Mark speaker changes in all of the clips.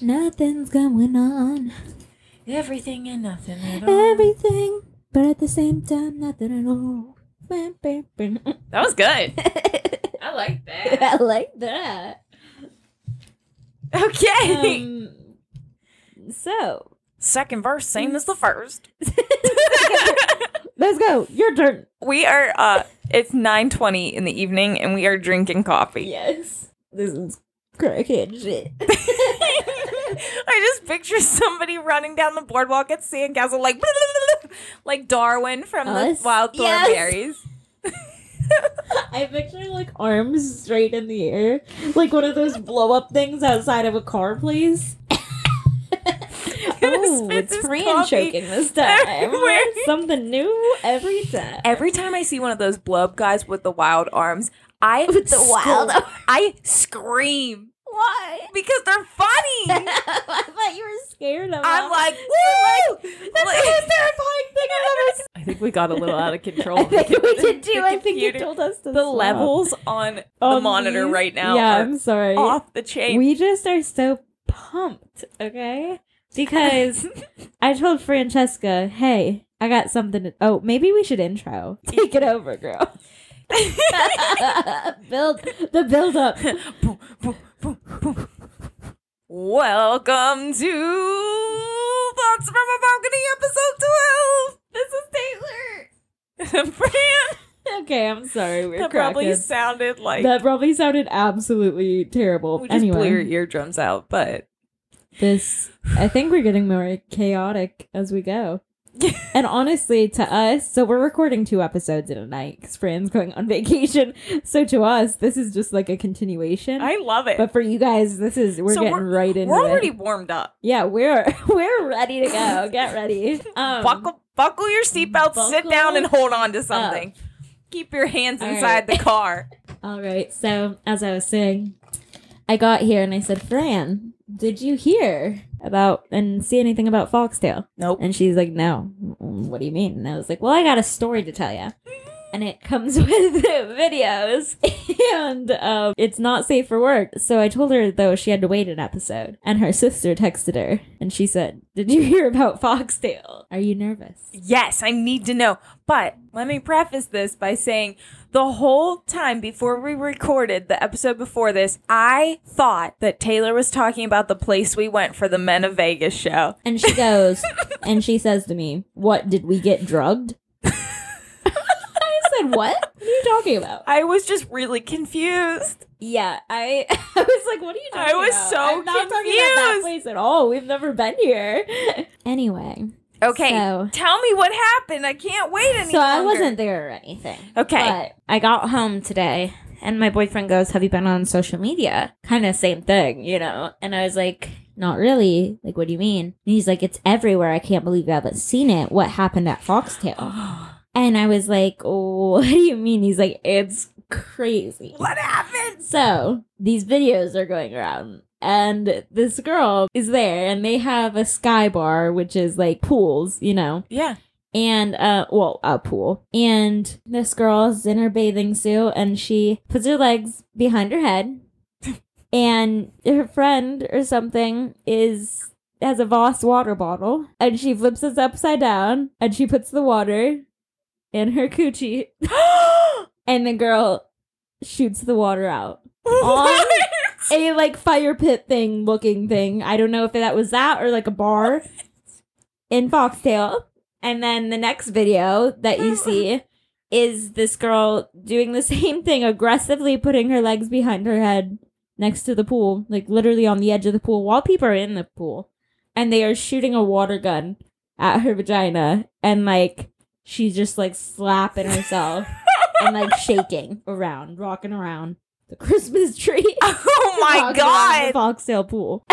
Speaker 1: Nothing's going on.
Speaker 2: Everything and nothing at all.
Speaker 1: Everything, but at the same time, nothing at all. I
Speaker 2: That was good. I like that.
Speaker 1: like that.
Speaker 2: Okay.
Speaker 1: Um, so,
Speaker 2: Second verse, same as the first.
Speaker 1: let's go. Your turn.
Speaker 2: we are uh it's 9:20 in the evening and we are drinking coffee.
Speaker 1: Yes. This is crackhead shit.
Speaker 2: I just picture somebody running down the boardwalk at Sandcastle like like Darwin from
Speaker 1: Us?
Speaker 2: the Wild
Speaker 1: Yes.
Speaker 2: Thornberries.
Speaker 1: I picture like arms straight in the air, like one of those blow up things outside of a car place. oh, it's
Speaker 2: spits his
Speaker 1: Fran
Speaker 2: coffee
Speaker 1: choking this time.
Speaker 2: everywhere.
Speaker 1: Something new every time.
Speaker 2: Every time I see one of those blow up guys with the wild arms, I
Speaker 1: With the wild
Speaker 2: scr- I scream
Speaker 1: Why?
Speaker 2: because they're funny.
Speaker 1: I thought you were scared of.
Speaker 2: I'm
Speaker 1: them.
Speaker 2: like, woo!
Speaker 1: that's
Speaker 2: Like-
Speaker 1: the most terrifying thing I've ever seen.
Speaker 2: I think we got a little out of control.
Speaker 1: I think we did
Speaker 2: The
Speaker 1: too. I think you
Speaker 2: computer-
Speaker 1: told us to
Speaker 2: the
Speaker 1: stop.
Speaker 2: levels on, the
Speaker 1: On
Speaker 2: monitor
Speaker 1: these-
Speaker 2: right now
Speaker 1: Yeah,
Speaker 2: are
Speaker 1: I'm sorry.
Speaker 2: off the chain.
Speaker 1: We just are so pumped, okay? Because I told Francesca, hey, I got something. To- oh, maybe we should intro. Take it over, girl. build the build up.
Speaker 2: Boom, boom, boom, boom. Welcome to Thoughts from a Balcony, episode twelve. This is Taylor. Fran,
Speaker 1: Okay, I'm sorry. We're
Speaker 2: that
Speaker 1: that
Speaker 2: probably sounded like
Speaker 1: that probably sounded absolutely terrible.
Speaker 2: we just blew your
Speaker 1: Anyway,
Speaker 2: eardrums out, but
Speaker 1: this I think we're getting more chaotic as we go. and honestly, to us, so we're recording two episodes in a night because Fran's going on vacation. So to us, this is just like a continuation.
Speaker 2: I love it.
Speaker 1: But for you guys, this is we're
Speaker 2: So
Speaker 1: getting
Speaker 2: we're-
Speaker 1: right into
Speaker 2: We're already
Speaker 1: it.
Speaker 2: warmed up.
Speaker 1: Yeah, we're we're ready to go. Get ready. Um,
Speaker 2: buckle buckle your seatbelts, sit down and hold on to something. Keep your hands
Speaker 1: All
Speaker 2: inside the car.
Speaker 1: All right. So as I was saying, I got here and I said, Fran, did you hear about and see anything about Foxtail?
Speaker 2: Nope.
Speaker 1: And she's like, No. What do you mean? And I was like, Well, I got a story to tell you. And it comes with videos, and um, it's not safe for work. So I told her, though, she had to wait an episode. And her sister texted her, and she said, Did you hear about Foxtail? Are you nervous?
Speaker 2: Yes, I need to know. But let me preface this by saying the whole time before we recorded the episode before this, I thought that Taylor was talking about the place we went for the Men of Vegas show.
Speaker 1: And she goes, and she says to me, What, did we get drugged? I said, What? What are you talking about?
Speaker 2: I was just really confused.
Speaker 1: Yeah, I, I was like, What are you
Speaker 2: I
Speaker 1: talking about?
Speaker 2: was so
Speaker 1: I'm not talking about that
Speaker 2: confused.
Speaker 1: place at all. We've never been here. Anyway,
Speaker 2: Okay,
Speaker 1: So-
Speaker 2: tell me what happened. I can't wait any
Speaker 1: so I
Speaker 2: longer.
Speaker 1: wasn't there or anything.
Speaker 2: Okay.
Speaker 1: But I got home today and my boyfriend goes, Have you been on social media? Kind of same thing, you know? And I was like, Not really. Like, what do you mean? And he's like, It's everywhere. I can't believe you haven't seen it. What happened at Foxtail? And I was like, What do you mean? He's like, It's crazy.
Speaker 2: what happened?
Speaker 1: So these videos are going around. And this girl is there, and they have a sky bar, which is like pools, you know,
Speaker 2: Yeah.
Speaker 1: and uh well a pool and this girl's in her bathing suit and she puts her legs behind her head and her friend or something is has a Voss water bottle and she flips it upside down and she puts the water in her coochie and the girl shoots the water out
Speaker 2: Oh What?
Speaker 1: a like fire pit thing looking thing. I don't know if that was that or like a bar in Foxtail. And then the next video that you see is this girl doing the same thing, aggressively putting her legs behind her head next to the pool, like literally on the edge of the pool while people are in the pool. And they are shooting a water gun at her vagina. And like she's just like slapping herself and like shaking around, rocking around the Christmas tree.
Speaker 2: oh my
Speaker 1: walking around the
Speaker 2: god.
Speaker 1: Foxtail pool.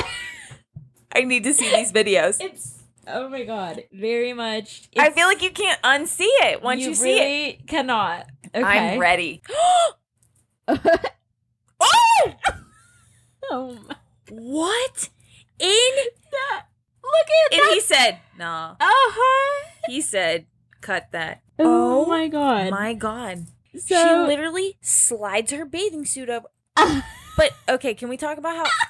Speaker 2: I need to see these videos.
Speaker 1: It's oh my god, very much.
Speaker 2: I feel like you can't unsee it once you, see it.
Speaker 1: it, cannot. Okay.
Speaker 2: I'm ready.
Speaker 1: oh my.
Speaker 2: What? In
Speaker 1: That, look at
Speaker 2: and
Speaker 1: that.
Speaker 2: he said, nah.
Speaker 1: uh-huh.
Speaker 2: He said, cut that.
Speaker 1: Oh, my god.
Speaker 2: My God. she
Speaker 1: so
Speaker 2: literally slides her bathing suit up.
Speaker 1: Ah.
Speaker 2: But okay, can we talk about how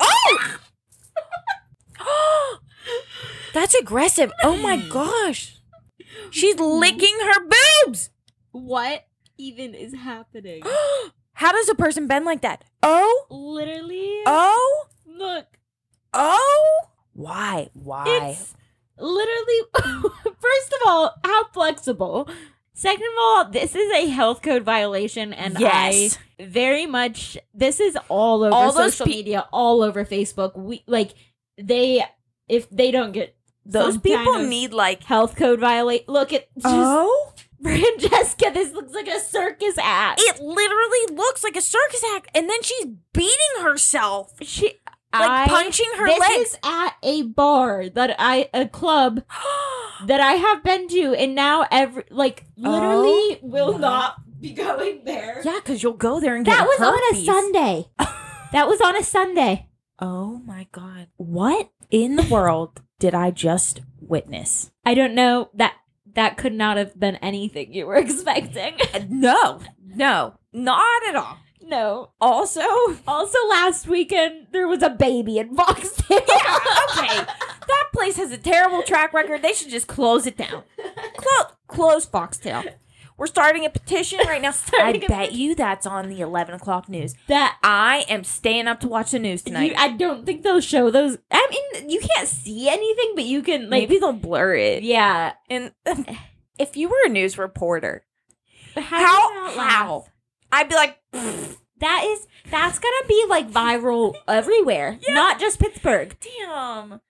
Speaker 2: Oh That's aggressive. Oh my gosh. She's
Speaker 1: Mm-hmm.
Speaker 2: licking her boobs.
Speaker 1: What even is happening?
Speaker 2: How does a person bend like that? Oh,
Speaker 1: Literally,
Speaker 2: oh,
Speaker 1: look,
Speaker 2: oh. Why? Why?
Speaker 1: it's literally. first of all, how flexible. Second of all, this is a health code violation, and
Speaker 2: yes.
Speaker 1: I very much. This is all over
Speaker 2: All those
Speaker 1: social
Speaker 2: pe-
Speaker 1: media, all over Facebook. We like they if they don't get
Speaker 2: Those
Speaker 1: some
Speaker 2: people
Speaker 1: kind of
Speaker 2: need like.
Speaker 1: health code violate. Look at just
Speaker 2: Oh.
Speaker 1: Francesca. This looks like a circus act.
Speaker 2: It literally looks like a circus act, and then she's beating herself,
Speaker 1: she like
Speaker 2: like punching her
Speaker 1: this
Speaker 2: legs.
Speaker 1: is at a bar that I a club that I have been to, and now every like literally will
Speaker 2: Oh my-
Speaker 1: not be going there.
Speaker 2: yeah, because you'll go there and get
Speaker 1: that was on a
Speaker 2: herpes.
Speaker 1: Sunday. that was on a Sunday.
Speaker 2: Oh my god! What in the world did I just witness?
Speaker 1: I don't know that that could not have been anything you were expecting.
Speaker 2: Uh, No, no, not at all.
Speaker 1: no.
Speaker 2: Also,
Speaker 1: Also, last weekend there was a baby in Foxdale.
Speaker 2: yeah, okay, that place has a terrible track record. They should just close it down. Close, close Foxtail. We're starting a petition right now. I
Speaker 1: Starting a
Speaker 2: bet you that's on the eleven o'clock news.
Speaker 1: That
Speaker 2: I am staying up to watch the news tonight.
Speaker 1: you, I don't think they'll show those. I mean, you can't see anything, but you can like.
Speaker 2: Maybe they'll blur it.
Speaker 1: Yeah.
Speaker 2: And if you were a news reporter,
Speaker 1: How?
Speaker 2: how how? I'd be like,
Speaker 1: That is that's gonna be like viral everywhere, not just Pittsburgh.
Speaker 2: damn,
Speaker 1: That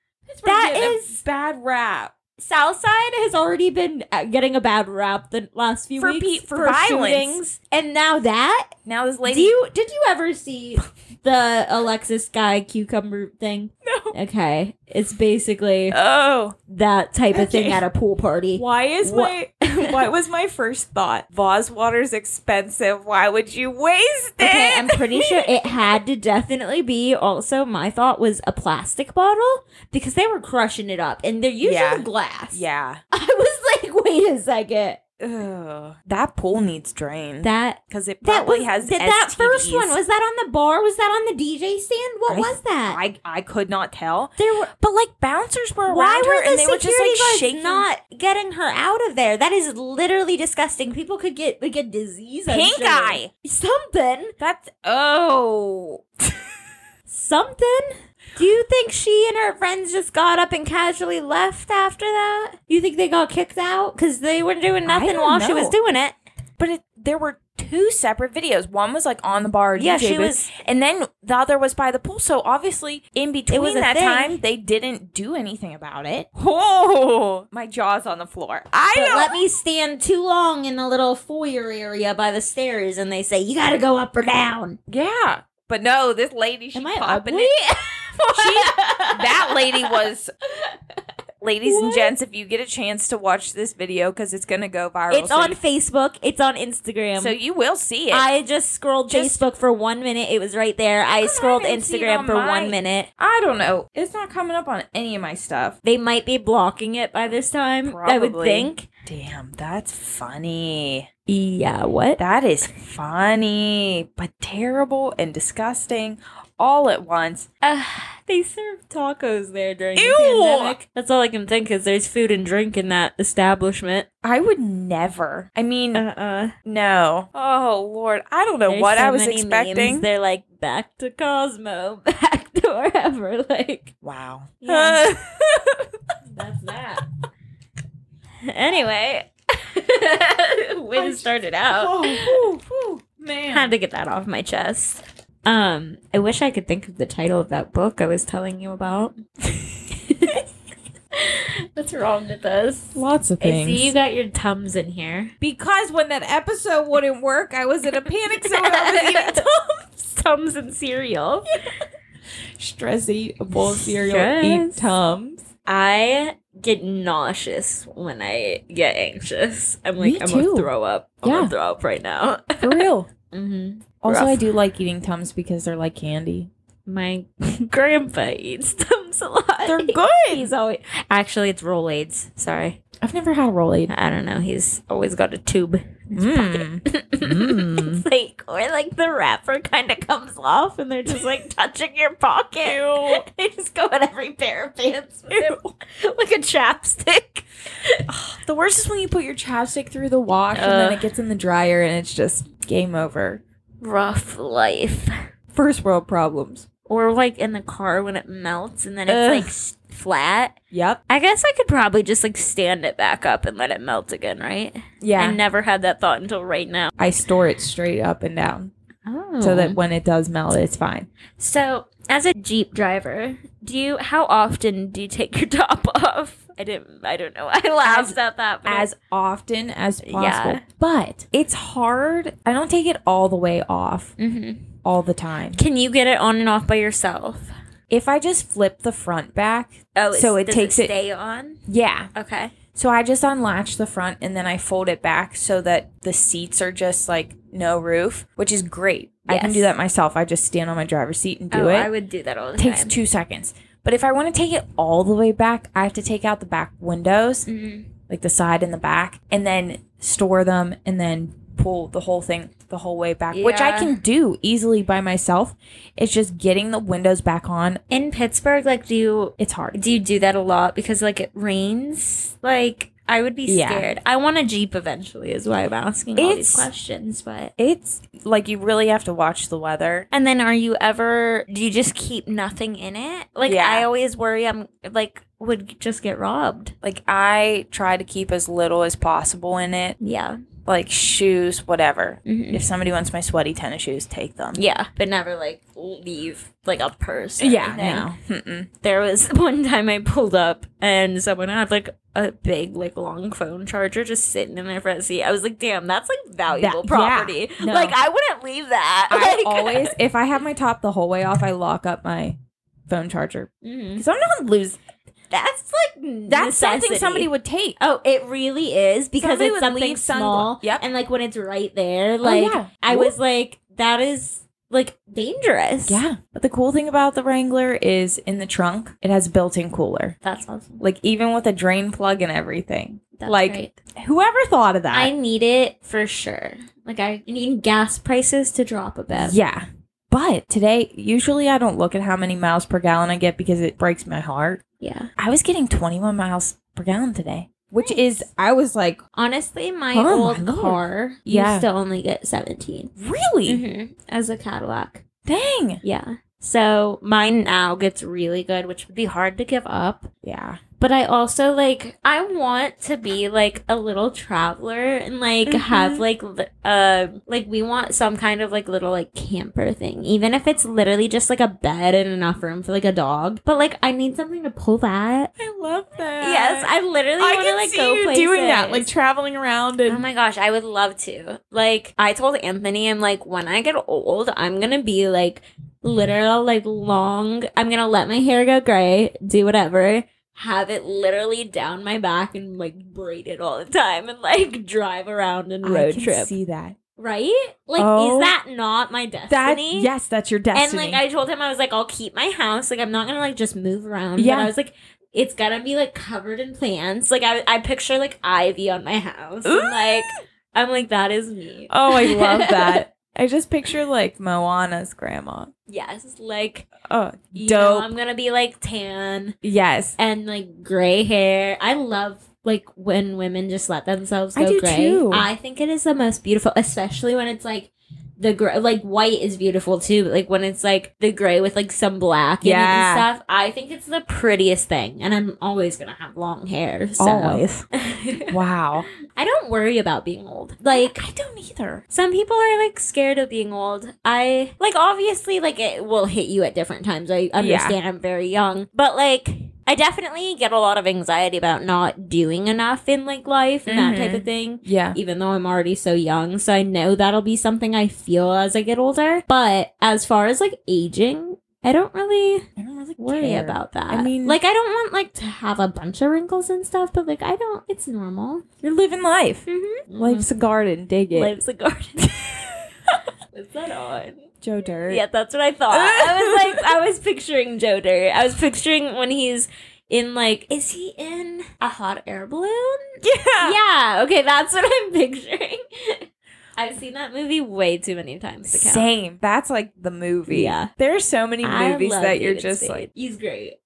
Speaker 2: that is
Speaker 1: is-
Speaker 2: bad rap
Speaker 1: Southside has already been uh, getting a bad rap the last few
Speaker 2: for
Speaker 1: weeks
Speaker 2: pe- for, violence.
Speaker 1: and now that
Speaker 2: Now this
Speaker 1: do
Speaker 2: lady,
Speaker 1: you did you ever see the Alexis guy cucumber thing?
Speaker 2: no.
Speaker 1: Okay, it's basically
Speaker 2: Oh,
Speaker 1: that type of thing
Speaker 2: Okay.
Speaker 1: at a pool party.
Speaker 2: why is
Speaker 1: Wha-
Speaker 2: my what was my first thought? Vos water's expensive. Why would you waste it?
Speaker 1: Okay, I'm pretty sure it had to definitely be. Also, my thought was a plastic bottle because they were crushing it up, and they're usually
Speaker 2: Yeah.
Speaker 1: glass.
Speaker 2: yeah.
Speaker 1: I was like, wait a second.
Speaker 2: Ugh. That pool needs drained
Speaker 1: That
Speaker 2: because it
Speaker 1: that
Speaker 2: probably
Speaker 1: was
Speaker 2: has
Speaker 1: that, that first
Speaker 2: STDs.
Speaker 1: one was that on the bar? Was that on the DJ stand? What
Speaker 2: I-
Speaker 1: was that?
Speaker 2: I I could not tell.
Speaker 1: there were.
Speaker 2: But like bouncers were around
Speaker 1: Why
Speaker 2: her
Speaker 1: were
Speaker 2: and
Speaker 1: the
Speaker 2: they were
Speaker 1: security
Speaker 2: just like
Speaker 1: guards
Speaker 2: shaking.
Speaker 1: not getting her out of there? That is literally disgusting. People could get like a disease. I'm
Speaker 2: Pink
Speaker 1: sure.
Speaker 2: eye.
Speaker 1: Something.
Speaker 2: That's oh.
Speaker 1: Something. Do you think she and her friends just got up and casually left after that? You think they got kicked out because they were doing
Speaker 2: I
Speaker 1: nothing
Speaker 2: don't
Speaker 1: while she
Speaker 2: know.
Speaker 1: was doing it?
Speaker 2: But it, there were two separate videos. One was like on the bar,
Speaker 1: Yeah,
Speaker 2: DJ
Speaker 1: she
Speaker 2: booth,
Speaker 1: was-
Speaker 2: and then the other was by the pool. So obviously, in between
Speaker 1: was a
Speaker 2: that
Speaker 1: thing.
Speaker 2: time, they didn't do anything about it. Oh, my jaw's on the floor. I
Speaker 1: But
Speaker 2: don't.
Speaker 1: let me stand too long in the little foyer area by the stairs, and they say you got to go up or down.
Speaker 2: yeah, but no, this lady, she
Speaker 1: Am I
Speaker 2: popping
Speaker 1: ugly?
Speaker 2: it. That lady was. Ladies and
Speaker 1: What?
Speaker 2: gents, if you get a chance to watch this video, because it's gonna go viral,
Speaker 1: It's
Speaker 2: so
Speaker 1: on Facebook. It's on Instagram.
Speaker 2: So you will see it. I,
Speaker 1: I just scrolled
Speaker 2: Just-
Speaker 1: Facebook for one minute. It was right there. I scrolled
Speaker 2: haven't seen it on
Speaker 1: Instagram for
Speaker 2: mine.
Speaker 1: one minute.
Speaker 2: don't know. It's not coming up on any of my stuff.
Speaker 1: They might be blocking it by this time. I would
Speaker 2: Probably.
Speaker 1: think.
Speaker 2: Damn, that's funny.
Speaker 1: Yeah. What?
Speaker 2: That is funny, but terrible and disgusting all at once.
Speaker 1: Uh, they serve tacos there during
Speaker 2: Ew!
Speaker 1: the pandemic. That's all I can think is there's food and drink in that establishment.
Speaker 2: I would never. I mean,
Speaker 1: Uh-uh.
Speaker 2: no. Oh Lord, I don't know
Speaker 1: There's
Speaker 2: what
Speaker 1: so
Speaker 2: I was
Speaker 1: many memes.
Speaker 2: expecting.
Speaker 1: They're like back to Cosmo, back to wherever. Like
Speaker 2: Wow.
Speaker 1: Yeah. that's that. anyway, way to start it out.
Speaker 2: oh, whew, whew, man.
Speaker 1: had to get that off my chest. Um, I wish I could think of the title of that book I was telling you about. What's wrong with us?
Speaker 2: Lots of
Speaker 1: I see you got your tums in here.
Speaker 2: Because when that episode wouldn't work, I was in a panic zone. I was eating
Speaker 1: Tums and cereal.
Speaker 2: Stress eat a bowl of
Speaker 1: Stress.
Speaker 2: Tums.
Speaker 1: I get nauseous when I get anxious. I'm like,
Speaker 2: Me
Speaker 1: I'm gonna
Speaker 2: too.
Speaker 1: throw up. I'm
Speaker 2: Yeah.
Speaker 1: gonna throw up right now.
Speaker 2: For real.
Speaker 1: mm-hmm.
Speaker 2: Also,
Speaker 1: Rough.
Speaker 2: I do like eating Tums because they're like candy.
Speaker 1: My grandpa eats tums a lot.
Speaker 2: They're
Speaker 1: He's
Speaker 2: good.
Speaker 1: always actually it's Rolaids. Sorry.
Speaker 2: I've never had a roll aid.
Speaker 1: I don't know. He's always got a tube.
Speaker 2: Mm.
Speaker 1: It's like like or like the wrapper kind of comes off and they're just like touching your pocket. They just go at every pair of pants with it, like a chapstick.
Speaker 2: The worst is when you put your chapstick through the wash and then
Speaker 1: Ugh.
Speaker 2: it gets in the dryer and it's just game over.
Speaker 1: Rough life.
Speaker 2: First world problems.
Speaker 1: Or like in the car when it melts and then
Speaker 2: Ugh.
Speaker 1: it's like s- flat.
Speaker 2: Yep.
Speaker 1: I guess I could probably just like stand it back up and let it melt again, right?
Speaker 2: Yeah.
Speaker 1: I never had that thought until right now.
Speaker 2: I store it straight up and down
Speaker 1: Oh.
Speaker 2: so that when it does melt, it's fine.
Speaker 1: So, as a Jeep driver, do you how often do you take your top off? I didn't I don't know. I laughed
Speaker 2: As-
Speaker 1: at that. but-
Speaker 2: As often as possible.
Speaker 1: Yeah.
Speaker 2: But it's hard. I don't take it all the way off
Speaker 1: Mhm.
Speaker 2: all the time.
Speaker 1: Can you get it on and off by yourself?
Speaker 2: If I just flip the front back,
Speaker 1: Oh,
Speaker 2: So it
Speaker 1: does
Speaker 2: takes it-
Speaker 1: stay on.
Speaker 2: yeah.
Speaker 1: Okay.
Speaker 2: So I just unlatch the front and then I fold it back so that the seats are just like no roof, which is great. I can
Speaker 1: Yes.
Speaker 2: do that myself. I just stand on my driver's seat and do
Speaker 1: oh,
Speaker 2: it.
Speaker 1: I would do that all the
Speaker 2: takes
Speaker 1: time.
Speaker 2: two seconds. But if I want to take it all the way back, I have to take out the back windows,
Speaker 1: Mhm.
Speaker 2: like the side and the back, and then store them and then pull the whole thing the whole way back, which I
Speaker 1: Yeah.
Speaker 2: can do easily by myself. It's just getting the windows back on.
Speaker 1: In Pittsburgh, like do you
Speaker 2: It's hard.
Speaker 1: do you do that a lot because like it rains? Like I would be
Speaker 2: Yeah.
Speaker 1: scared. I want a Jeep eventually is why I'm asking all
Speaker 2: It's-
Speaker 1: these questions, but
Speaker 2: It's like you really have to watch the weather.
Speaker 1: And then are you ever do you just keep nothing in it? Like
Speaker 2: Yeah.
Speaker 1: I always worry I'm like would just get robbed.
Speaker 2: Like I try to keep as little as possible in it,
Speaker 1: Yeah.
Speaker 2: like shoes, whatever.
Speaker 1: Mhm.
Speaker 2: If somebody wants my sweaty tennis shoes, take them.
Speaker 1: Yeah, but never like leave like a purse. or
Speaker 2: Yeah,
Speaker 1: anything.
Speaker 2: no. Mm-mm.
Speaker 1: There was one time I pulled up and someone had like a big like long phone charger just sitting in their front seat. I was like, "Damn, that's like valuable
Speaker 2: yeah.
Speaker 1: property."
Speaker 2: No.
Speaker 1: Like I wouldn't leave that.
Speaker 2: I
Speaker 1: Like-
Speaker 2: always, if I have my top the whole way off, I lock up my phone charger
Speaker 1: Mhm.
Speaker 2: because I'm not gonna lose.
Speaker 1: That's like
Speaker 2: That's something
Speaker 1: necessity.
Speaker 2: somebody would take.
Speaker 1: Oh, it really is because
Speaker 2: Uh, Somebody
Speaker 1: it's
Speaker 2: would
Speaker 1: something
Speaker 2: leave sungla-
Speaker 1: small.
Speaker 2: Yep.
Speaker 1: And like when it's right there, like
Speaker 2: Oh, yeah.
Speaker 1: I was like, that is like dangerous.
Speaker 2: Yeah, but the cool thing about the Wrangler is in the trunk, it has built-in cooler.
Speaker 1: That's awesome.
Speaker 2: Like even with a drain plug and everything.
Speaker 1: That's
Speaker 2: like
Speaker 1: great.
Speaker 2: whoever thought of that?
Speaker 1: I need it for sure. Like I need gas prices to drop a bit.
Speaker 2: yeah. But today, usually I don't look at how many miles per gallon I get because it breaks my heart.
Speaker 1: Yeah.
Speaker 2: I was getting 21 miles per gallon today, which
Speaker 1: Nice.
Speaker 2: is I was like,
Speaker 1: Honestly, my
Speaker 2: Oh, my
Speaker 1: old
Speaker 2: Lord.
Speaker 1: car
Speaker 2: Yeah.
Speaker 1: used to only get 17
Speaker 2: really?
Speaker 1: mm-hmm. as a Cadillac.
Speaker 2: Dang.
Speaker 1: Yeah. So mine now gets really good, which would be hard to give up.
Speaker 2: Yeah.
Speaker 1: But I also like I want to be like a little traveler and like
Speaker 2: Mhm.
Speaker 1: have like li- uh like we want some kind of like little like camper thing even if it's literally just like a bed and enough room for like a dog. But like I need something to pull that.
Speaker 2: I love that.
Speaker 1: yes, I literally
Speaker 2: I
Speaker 1: want to
Speaker 2: can
Speaker 1: like
Speaker 2: see
Speaker 1: go
Speaker 2: you
Speaker 1: places.
Speaker 2: doing that, like traveling around
Speaker 1: Oh
Speaker 2: and
Speaker 1: my gosh, I would love to. Like, I told Anthony, I'm like, when I get old, I'm gonna be like literal, like long. I'm gonna let my hair go gray, do whatever, have it literally down my back and like braid it all the time and like drive around and
Speaker 2: I
Speaker 1: road
Speaker 2: can
Speaker 1: trip.
Speaker 2: See that?
Speaker 1: right? Like,
Speaker 2: Oh.
Speaker 1: is that not my destiny?
Speaker 2: That yes, that's your
Speaker 1: And
Speaker 2: destiny.
Speaker 1: like, I told him, I was like, I'll keep my house. Like, I'm not gonna like just move around. Yeah.
Speaker 2: Yeah.
Speaker 1: But I was like, it's gotta be like covered in plants. Like, I, I picture like ivy on my house.
Speaker 2: Ooh.
Speaker 1: And, like, I'm like, that is me.
Speaker 2: oh, I love that. I just picture like Moana's grandma.
Speaker 1: yes. Like,
Speaker 2: Oh,
Speaker 1: you know,
Speaker 2: dope.
Speaker 1: I'm gonna be like tan
Speaker 2: yes,
Speaker 1: and like gray hair. I love like when women just let themselves
Speaker 2: I
Speaker 1: go
Speaker 2: do
Speaker 1: gray.
Speaker 2: too.
Speaker 1: I think it is the most beautiful, especially when it's like. The gray, like white, is beautiful too. But like when it's like the gray with like some black in it
Speaker 2: Yeah.
Speaker 1: and stuff, I think it's the prettiest thing. And I'm always gonna have long hair. So.
Speaker 2: always.
Speaker 1: I
Speaker 2: Wow.
Speaker 1: don't worry about being old. Like
Speaker 2: I don't either.
Speaker 1: some people are like scared of being old. I like obviously like it will hit you at different times. I understand I'm very young, but like I definitely get a lot of anxiety about not doing enough in like life and that
Speaker 2: Mm-hmm.
Speaker 1: type of thing.
Speaker 2: Yeah.
Speaker 1: Even though I'm already so young, so I know that'll be something I feel as I get older. But as far as like aging, I don't really
Speaker 2: I don't really
Speaker 1: worry
Speaker 2: care.
Speaker 1: about that.
Speaker 2: I mean-
Speaker 1: like I don't want like to have a bunch of wrinkles and stuff, but like I don't. It's normal.
Speaker 2: You're living life.
Speaker 1: Mm-hmm.
Speaker 2: Life's a garden. Dig it.
Speaker 1: Lives a garden. Is that on?
Speaker 2: Joe Dirt.
Speaker 1: Yeah, that's what I thought. I was like, I was picturing Joe Dirt. I was picturing when he's in like, is he in a hot air balloon?
Speaker 2: Yeah.
Speaker 1: Ah. Yeah, okay, that's what I'm picturing. I've seen that movie way too many times to count.
Speaker 2: Same. That's like the movie.
Speaker 1: Yeah.
Speaker 2: There are so many
Speaker 1: I
Speaker 2: movies
Speaker 1: love
Speaker 2: that you're
Speaker 1: David
Speaker 2: just
Speaker 1: Spade.
Speaker 2: like
Speaker 1: he's great.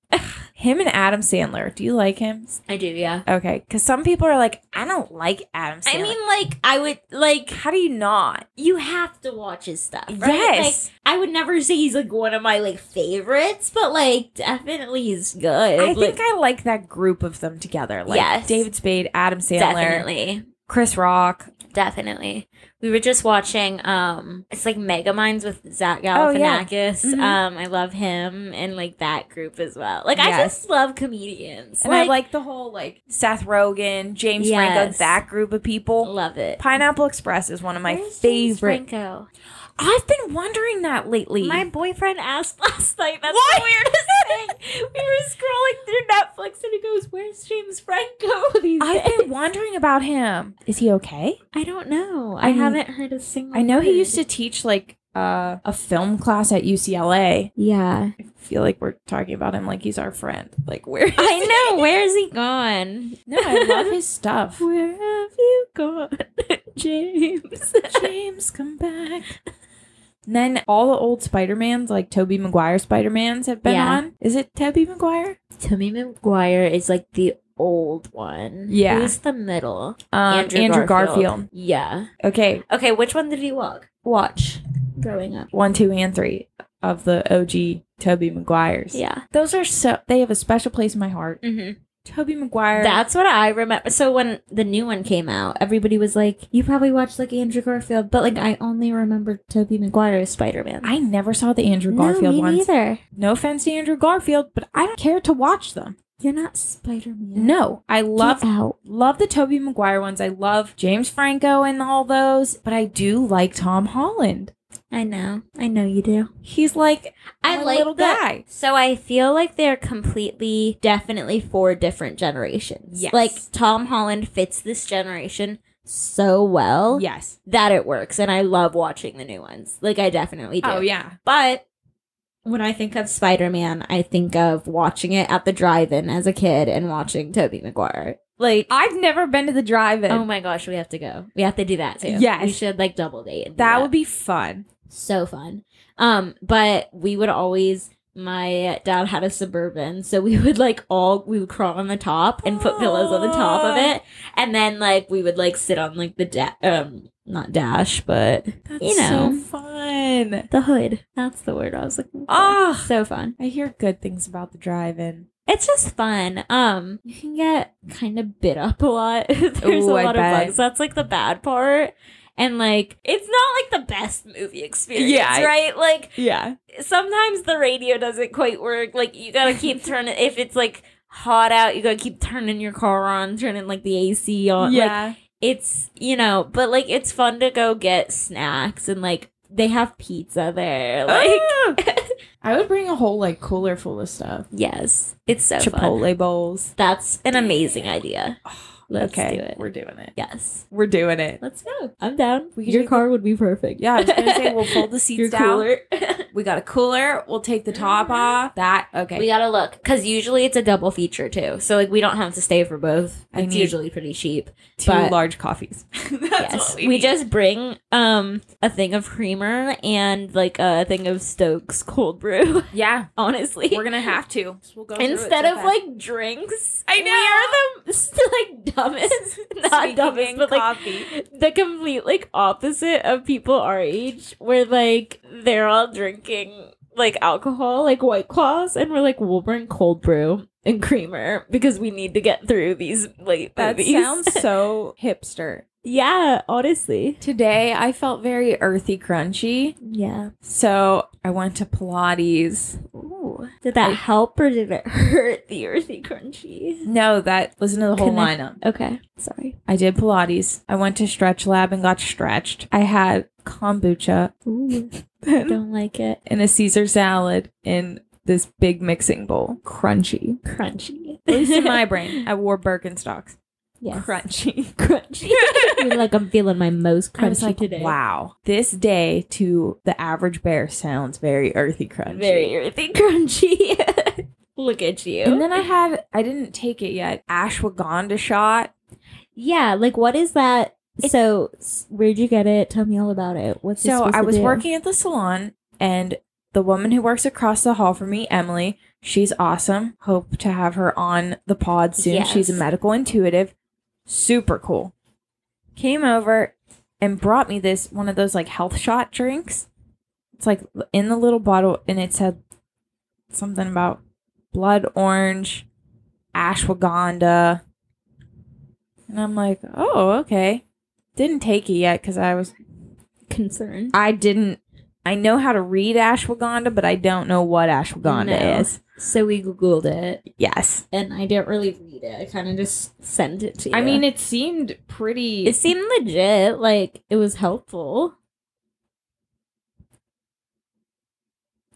Speaker 2: him and Adam Sandler. Do you like him?
Speaker 1: I do, yeah.
Speaker 2: Okay, because some people are like, I don't like Adam Sandler.
Speaker 1: I mean, like, I would like
Speaker 2: how do you not?
Speaker 1: you have to watch his stuff. Right?
Speaker 2: Yes.
Speaker 1: Like, I would never say he's like one of my like favorites, but like definitely he's good.
Speaker 2: I
Speaker 1: Like,
Speaker 2: think I like that group of them together. Like
Speaker 1: Yes.
Speaker 2: David Spade, Adam Sandler,
Speaker 1: definitely.
Speaker 2: Chris Rock.
Speaker 1: Definitely. We were just watching um it's like Mega Minds with Zach
Speaker 2: Oh, yeah.
Speaker 1: Galifianakis.
Speaker 2: Mhm.
Speaker 1: Um I love him and like that group as well. Like I
Speaker 2: Yes.
Speaker 1: just love comedians.
Speaker 2: And I like the whole like Seth Rogen, James Franco,
Speaker 1: Yes.
Speaker 2: that group of people.
Speaker 1: love it.
Speaker 2: Pineapple Express is one of my
Speaker 1: Where's James
Speaker 2: favorite.
Speaker 1: Franco?
Speaker 2: I've been wondering that lately.
Speaker 1: My boyfriend asked last night. That's
Speaker 2: What?
Speaker 1: the weirdest thing. We were scrolling through Netflix and he goes, "Where's James Franco?" These
Speaker 2: I've
Speaker 1: days?"
Speaker 2: been wondering about him. Is he okay?
Speaker 1: I don't know. I,
Speaker 2: I mean,
Speaker 1: haven't heard a single.
Speaker 2: I know he
Speaker 1: word.
Speaker 2: used to teach like uh, a film class at UCLA.
Speaker 1: Yeah,
Speaker 2: I feel like we're talking about him like he's our friend. Like where?
Speaker 1: I know. Where's he gone?
Speaker 2: no, I love his stuff.
Speaker 1: Where have you gone, James?
Speaker 2: James, come back. And then all the old Spider Mans, like Toby Maguire Spider Mans, have been
Speaker 1: Yeah.
Speaker 2: on. Is it Toby Maguire?
Speaker 1: Tommy McGuire is like the old one.
Speaker 2: Yeah.
Speaker 1: who's the middle?
Speaker 2: Um, Andrew, Garfield.
Speaker 1: Yeah.
Speaker 2: Okay,
Speaker 1: Okay, which one did he walk
Speaker 2: watch
Speaker 1: growing up?
Speaker 2: one, two, and three of the OG Toby Maguires.
Speaker 1: Yeah.
Speaker 2: those are so. They have a special place in my heart.
Speaker 1: Mm-hmm.
Speaker 2: Toby Maguire.
Speaker 1: That's what I remember. So when the new one came out, everybody was like, "You probably watched like Andrew Garfield," but like I only remember Tobey Maguire as Spider Man.
Speaker 2: I never saw the Andrew Garfield
Speaker 1: no, me
Speaker 2: ones.
Speaker 1: neither.
Speaker 2: No offense to Andrew Garfield, but I don't care to watch them.
Speaker 1: You're not Spider Man.
Speaker 2: No, I love
Speaker 1: out.
Speaker 2: love the Toby Maguire ones. I love James Franco and all those, but I do like Tom Holland.
Speaker 1: I know. I know you do.
Speaker 2: He's like
Speaker 1: I
Speaker 2: my
Speaker 1: like
Speaker 2: little
Speaker 1: that.
Speaker 2: guy.
Speaker 1: So I feel like they're completely, definitely for different generations.
Speaker 2: Yes.
Speaker 1: Like Tom Holland fits this generation so well
Speaker 2: Yes.
Speaker 1: that it works, and I love watching the new ones. Like I definitely do.
Speaker 2: Oh yeah.
Speaker 1: But when I think of Spider Man, I think of watching it at the drive in as a kid and watching Tobey Maguire. Like,
Speaker 2: I've never been to the drive-in.
Speaker 1: oh my gosh, we have to go. We have to do that too.
Speaker 2: Yes.
Speaker 1: We should like double date. and do
Speaker 2: that would be fun.
Speaker 1: so fun. Um, but we would always. My dad had a suburban, so we would like all we would crawl on the top and put pillows on the top of it, and then like we would like sit on like the da- um not dash but
Speaker 2: That's
Speaker 1: You know.
Speaker 2: so fun.
Speaker 1: the hood. That's the word I was looking for.
Speaker 2: Ah,
Speaker 1: so fun.
Speaker 2: I hear good things about the drive-in.
Speaker 1: It's just fun. Um, you can get kind of bit up a lot. There's
Speaker 2: Ooh,
Speaker 1: a
Speaker 2: I
Speaker 1: lot of
Speaker 2: bet.
Speaker 1: bugs. That's like the bad part. And like, it's not like the best movie experience,
Speaker 2: Yeah, I-
Speaker 1: right? Like,
Speaker 2: Yeah.
Speaker 1: sometimes the radio doesn't quite work. Like, you gotta keep turning. if it's like hot out, you gotta keep turning your car on, turning like the AC
Speaker 2: Uh,
Speaker 1: on. Like,
Speaker 2: Yeah.
Speaker 1: it's you know, but like, it's fun to go get snacks and like they have pizza there. Like,
Speaker 2: Ah! I would bring a whole like cooler full of stuff.
Speaker 1: yes, it's so fun.
Speaker 2: Chipotle bowls.
Speaker 1: That's an amazing idea. Let's
Speaker 2: okay,
Speaker 1: do it.
Speaker 2: we're doing it.
Speaker 1: Yes.
Speaker 2: We're doing it.
Speaker 1: Let's go. I'm down.
Speaker 2: We could
Speaker 1: Your
Speaker 2: do
Speaker 1: car would be perfect.
Speaker 2: Yeah, I was gonna say we'll fold the
Speaker 1: Your
Speaker 2: seats down.
Speaker 1: cooler. Mm-hmm.
Speaker 2: We got a cooler. We'll take the top off. That okay?
Speaker 1: we gotta look because usually it's a double feature too. So like we don't have to stay for both.
Speaker 2: I
Speaker 1: it's
Speaker 2: need-
Speaker 1: usually pretty cheap.
Speaker 2: Two
Speaker 1: but-
Speaker 2: large coffees. That's
Speaker 1: yes. We, just bring um a thing of creamer and like a thing of Stokes cold brew.
Speaker 2: yeah.
Speaker 1: Honestly,
Speaker 2: We're gonna have to. We'll go through it
Speaker 1: instead
Speaker 2: so
Speaker 1: of
Speaker 2: fast.
Speaker 1: like drinks,
Speaker 2: I know.
Speaker 1: we are the like dumbest, not
Speaker 2: Speaking
Speaker 1: dumbest,
Speaker 2: in
Speaker 1: but like
Speaker 2: coffee.
Speaker 1: the complete like opposite of people our age where like they're all drinking like alcohol like white claws and we're like we'll bring cold brew and creamer because we need to get through these late
Speaker 2: That
Speaker 1: movies
Speaker 2: sounds so hipster.
Speaker 1: yeah honestly
Speaker 2: Today I felt very earthy, crunchy.
Speaker 1: yeah
Speaker 2: So I went to Pilates.
Speaker 1: Ooh. did that help or did it hurt the earthy crunchy
Speaker 2: No, that listen to the whole
Speaker 1: Connect-
Speaker 2: lineup.
Speaker 1: okay sorry
Speaker 2: I did Pilates. I went to Stretch Lab and got stretched. I had kombucha
Speaker 1: Ooh, I
Speaker 2: and
Speaker 1: don't like it
Speaker 2: a Caesar salad in this big mixing bowl. Crunchy.
Speaker 1: crunchy
Speaker 2: At least in my brain, I wore Birkenstocks.
Speaker 1: yes.
Speaker 2: Crunchy.
Speaker 1: crunchy You're like i'm feeling my most
Speaker 2: I
Speaker 1: crunchy
Speaker 2: was like,
Speaker 1: today
Speaker 2: wow, this day to the average bear sounds very earthy crunchy.
Speaker 1: Very earthy crunchy. Look at you.
Speaker 2: And then I had, I didn't take it yet, ashwagandha shot.
Speaker 1: yeah, like what is that So s- where'd you get it? Tell me all about it. What's it
Speaker 2: So
Speaker 1: supposed
Speaker 2: I
Speaker 1: to
Speaker 2: was
Speaker 1: do?
Speaker 2: working at the salon, and the woman who works across the hall from me, Emily, she's awesome. Hope to have her on the pod soon. She's a
Speaker 1: Yes.
Speaker 2: medical intuitive, super cool. Came over and brought me this one of those like health shot drinks. It's like in the little bottle, and it said something about blood orange, ashwagandha. And I'm like, oh, okay. Didn't take it yet because I was
Speaker 1: concerned.
Speaker 2: I didn't. I know how to read ashwagandha, but I don't know what ashwagandha
Speaker 1: No.
Speaker 2: is.
Speaker 1: So we googled it,
Speaker 2: Yes.
Speaker 1: and I didn't really read it. I kind of just sent it to you.
Speaker 2: I mean, it seemed pretty.
Speaker 1: it seemed legit. Like it was helpful.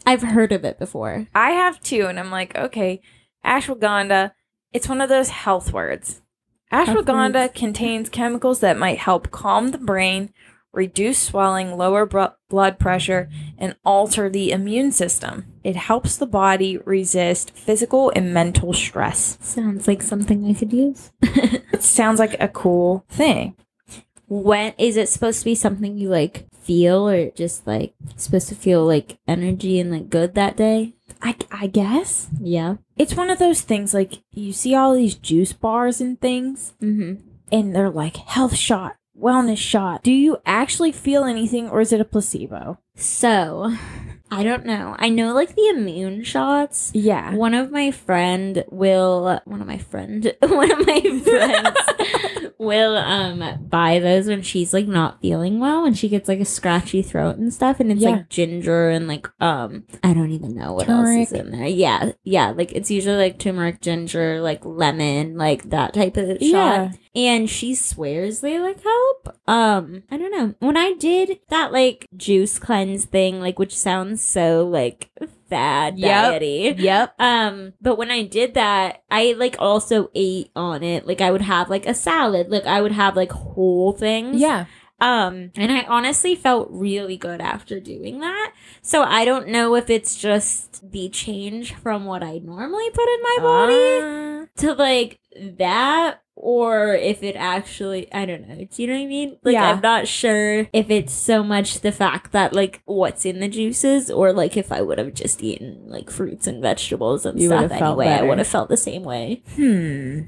Speaker 1: I've heard of it before.
Speaker 2: I have two, and I'm like, okay, ashwagandha. It's one of those health words. Ashwagandha
Speaker 1: words.
Speaker 2: contains chemicals that might help calm the brain, reduce swelling, lower bro- blood pressure, and alter the immune system. It helps the body resist physical and mental stress.
Speaker 1: Sounds like something I could use.
Speaker 2: It sounds like a cool thing.
Speaker 1: when is it supposed to be something you like feel or just like supposed to feel like energy and like good that day
Speaker 2: I, I guess.
Speaker 1: yeah
Speaker 2: it's one of those things like you see all these juice bars and things
Speaker 1: mm-hmm
Speaker 2: and they're like health shot wellness shot do you actually feel anything or is it a placebo
Speaker 1: so i don't know i know like the immune shots
Speaker 2: yeah
Speaker 1: one of my friend will one of my friend one of my friends will um buy those when she's like not feeling well and she gets like a scratchy throat and stuff and it's
Speaker 2: Yeah.
Speaker 1: like ginger and like um i don't even know what else is
Speaker 2: Turmeric.
Speaker 1: in there yeah yeah like it's usually like turmeric ginger like lemon like that type of shot
Speaker 2: yeah
Speaker 1: and she swears they like help um i don't know when i did that like juice cleanse thing like which sounds so like fad
Speaker 2: Yep.
Speaker 1: diety
Speaker 2: yep
Speaker 1: um but when i did that i like also ate on it like i would have like a salad like i would have like whole things
Speaker 2: yeah
Speaker 1: um and i honestly felt really good after doing that so i don't know if it's just the change from what i normally put in my body
Speaker 2: Uh,
Speaker 1: to like that or if it actually I don't know. Do you know what I mean? Like
Speaker 2: Yeah.
Speaker 1: I'm not sure if it's so much the fact that like what's in the juices or like if I would have just eaten like fruits and vegetables and
Speaker 2: You would
Speaker 1: stuff
Speaker 2: have felt
Speaker 1: anyway, I
Speaker 2: better.
Speaker 1: would have felt the same way.
Speaker 2: hmm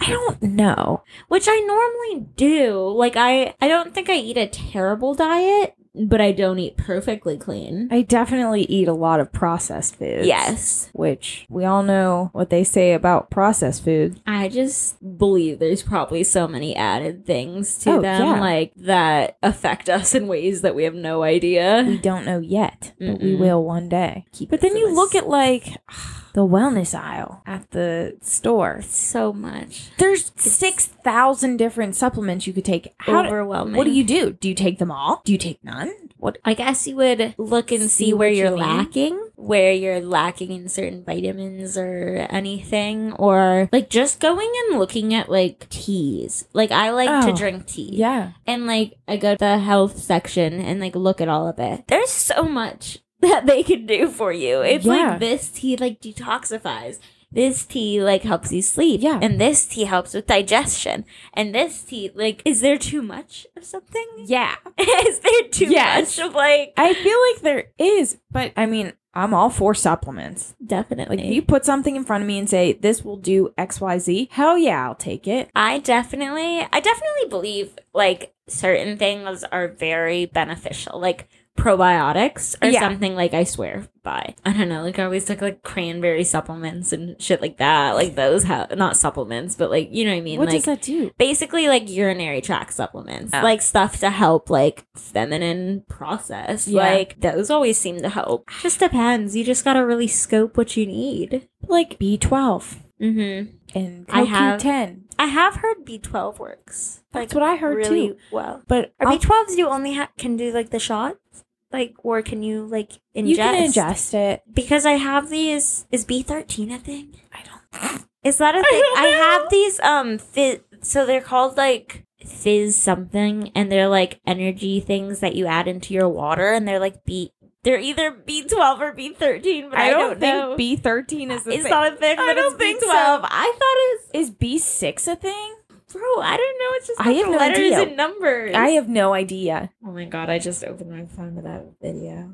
Speaker 2: i don't know
Speaker 1: Which I normally do. Like I I don't think I eat a terrible diet, but I don't eat perfectly clean.
Speaker 2: i definitely eat a lot of processed foods
Speaker 1: yes.
Speaker 2: which we all know what they say about processed food
Speaker 1: I just believe there's probably so many added things to
Speaker 2: Oh,
Speaker 1: them
Speaker 2: yeah.
Speaker 1: like that affect us in ways that we have no idea.
Speaker 2: we don't know yet, but we
Speaker 1: Mm-mm.
Speaker 2: will one day.
Speaker 1: Keep
Speaker 2: but
Speaker 1: it
Speaker 2: then
Speaker 1: for
Speaker 2: you
Speaker 1: this.
Speaker 2: look at like the wellness aisle at the store.
Speaker 1: So much.
Speaker 2: There's six thousand different supplements you could take. How? do-
Speaker 1: Overwhelming.
Speaker 2: what do you do? Do you take them all? Do you take none? What?
Speaker 1: I guess you would look and see,
Speaker 2: See
Speaker 1: where
Speaker 2: what you
Speaker 1: you're
Speaker 2: need.
Speaker 1: lacking, where you're lacking in certain vitamins or anything, or like just going and looking at like teas. Like I like
Speaker 2: Oh,
Speaker 1: to drink tea.
Speaker 2: Yeah,
Speaker 1: And like I go to the health section and like look at all of it. There's so much that they can do for you. It's
Speaker 2: Yeah.
Speaker 1: like this tea like detoxifies. This tea like helps you sleep.
Speaker 2: Yeah.
Speaker 1: And this tea helps with digestion. And this tea like is there too much of something?
Speaker 2: yeah.
Speaker 1: is there too
Speaker 2: Yes.
Speaker 1: much of like
Speaker 2: I feel like there is, but I mean, I'm all for supplements.
Speaker 1: definitely
Speaker 2: Like, if you put something in front of me and say this will do X, Y, Z. Hell yeah, I'll take it.
Speaker 1: I definitely I definitely believe like certain things are very beneficial. Like probiotics or
Speaker 2: Yeah.
Speaker 1: something like I swear by. I don't know, like I always took like cranberry supplements and shit like that. Like those have not supplements, but like you know what I mean?
Speaker 2: what
Speaker 1: like
Speaker 2: does that do?
Speaker 1: basically like urinary tract supplements.
Speaker 2: Oh.
Speaker 1: Like stuff to help like feminine process.
Speaker 2: Yeah.
Speaker 1: Like those always seem to help. Just depends. You just gotta really scope what you need.
Speaker 2: Like B12
Speaker 1: Mm-hmm.
Speaker 2: and
Speaker 1: I have-
Speaker 2: CoQ10.
Speaker 1: I have heard B twelve works.
Speaker 2: That's what I heard
Speaker 1: really
Speaker 2: too.
Speaker 1: well.
Speaker 2: But
Speaker 1: Are
Speaker 2: I'll-
Speaker 1: B twelves you only ha- can do like the shots, like or can you like ingest?
Speaker 2: You can ingest it.
Speaker 1: because I have these. Is B thirteen a thing?
Speaker 2: I don't.
Speaker 1: Is that a
Speaker 2: I
Speaker 1: thing?
Speaker 2: don't
Speaker 1: I,
Speaker 2: know.
Speaker 1: have these um fizz. So they're called like fizz something, and they're like energy things that you add into your water, and they're like B. They're either B twelve or B thirteen, but I, don't, know.
Speaker 2: B thirteen is the
Speaker 1: it's
Speaker 2: thing.
Speaker 1: not a thing,
Speaker 2: I
Speaker 1: but
Speaker 2: don't
Speaker 1: it's B
Speaker 2: think so.
Speaker 1: twelve. I thought it was.
Speaker 2: is B six a thing?
Speaker 1: Bro, I don't know. It's just
Speaker 2: I
Speaker 1: like
Speaker 2: have
Speaker 1: the
Speaker 2: no
Speaker 1: letters
Speaker 2: idea.
Speaker 1: and numbers.
Speaker 2: I have no idea.
Speaker 1: oh my god, I just opened my phone to that video.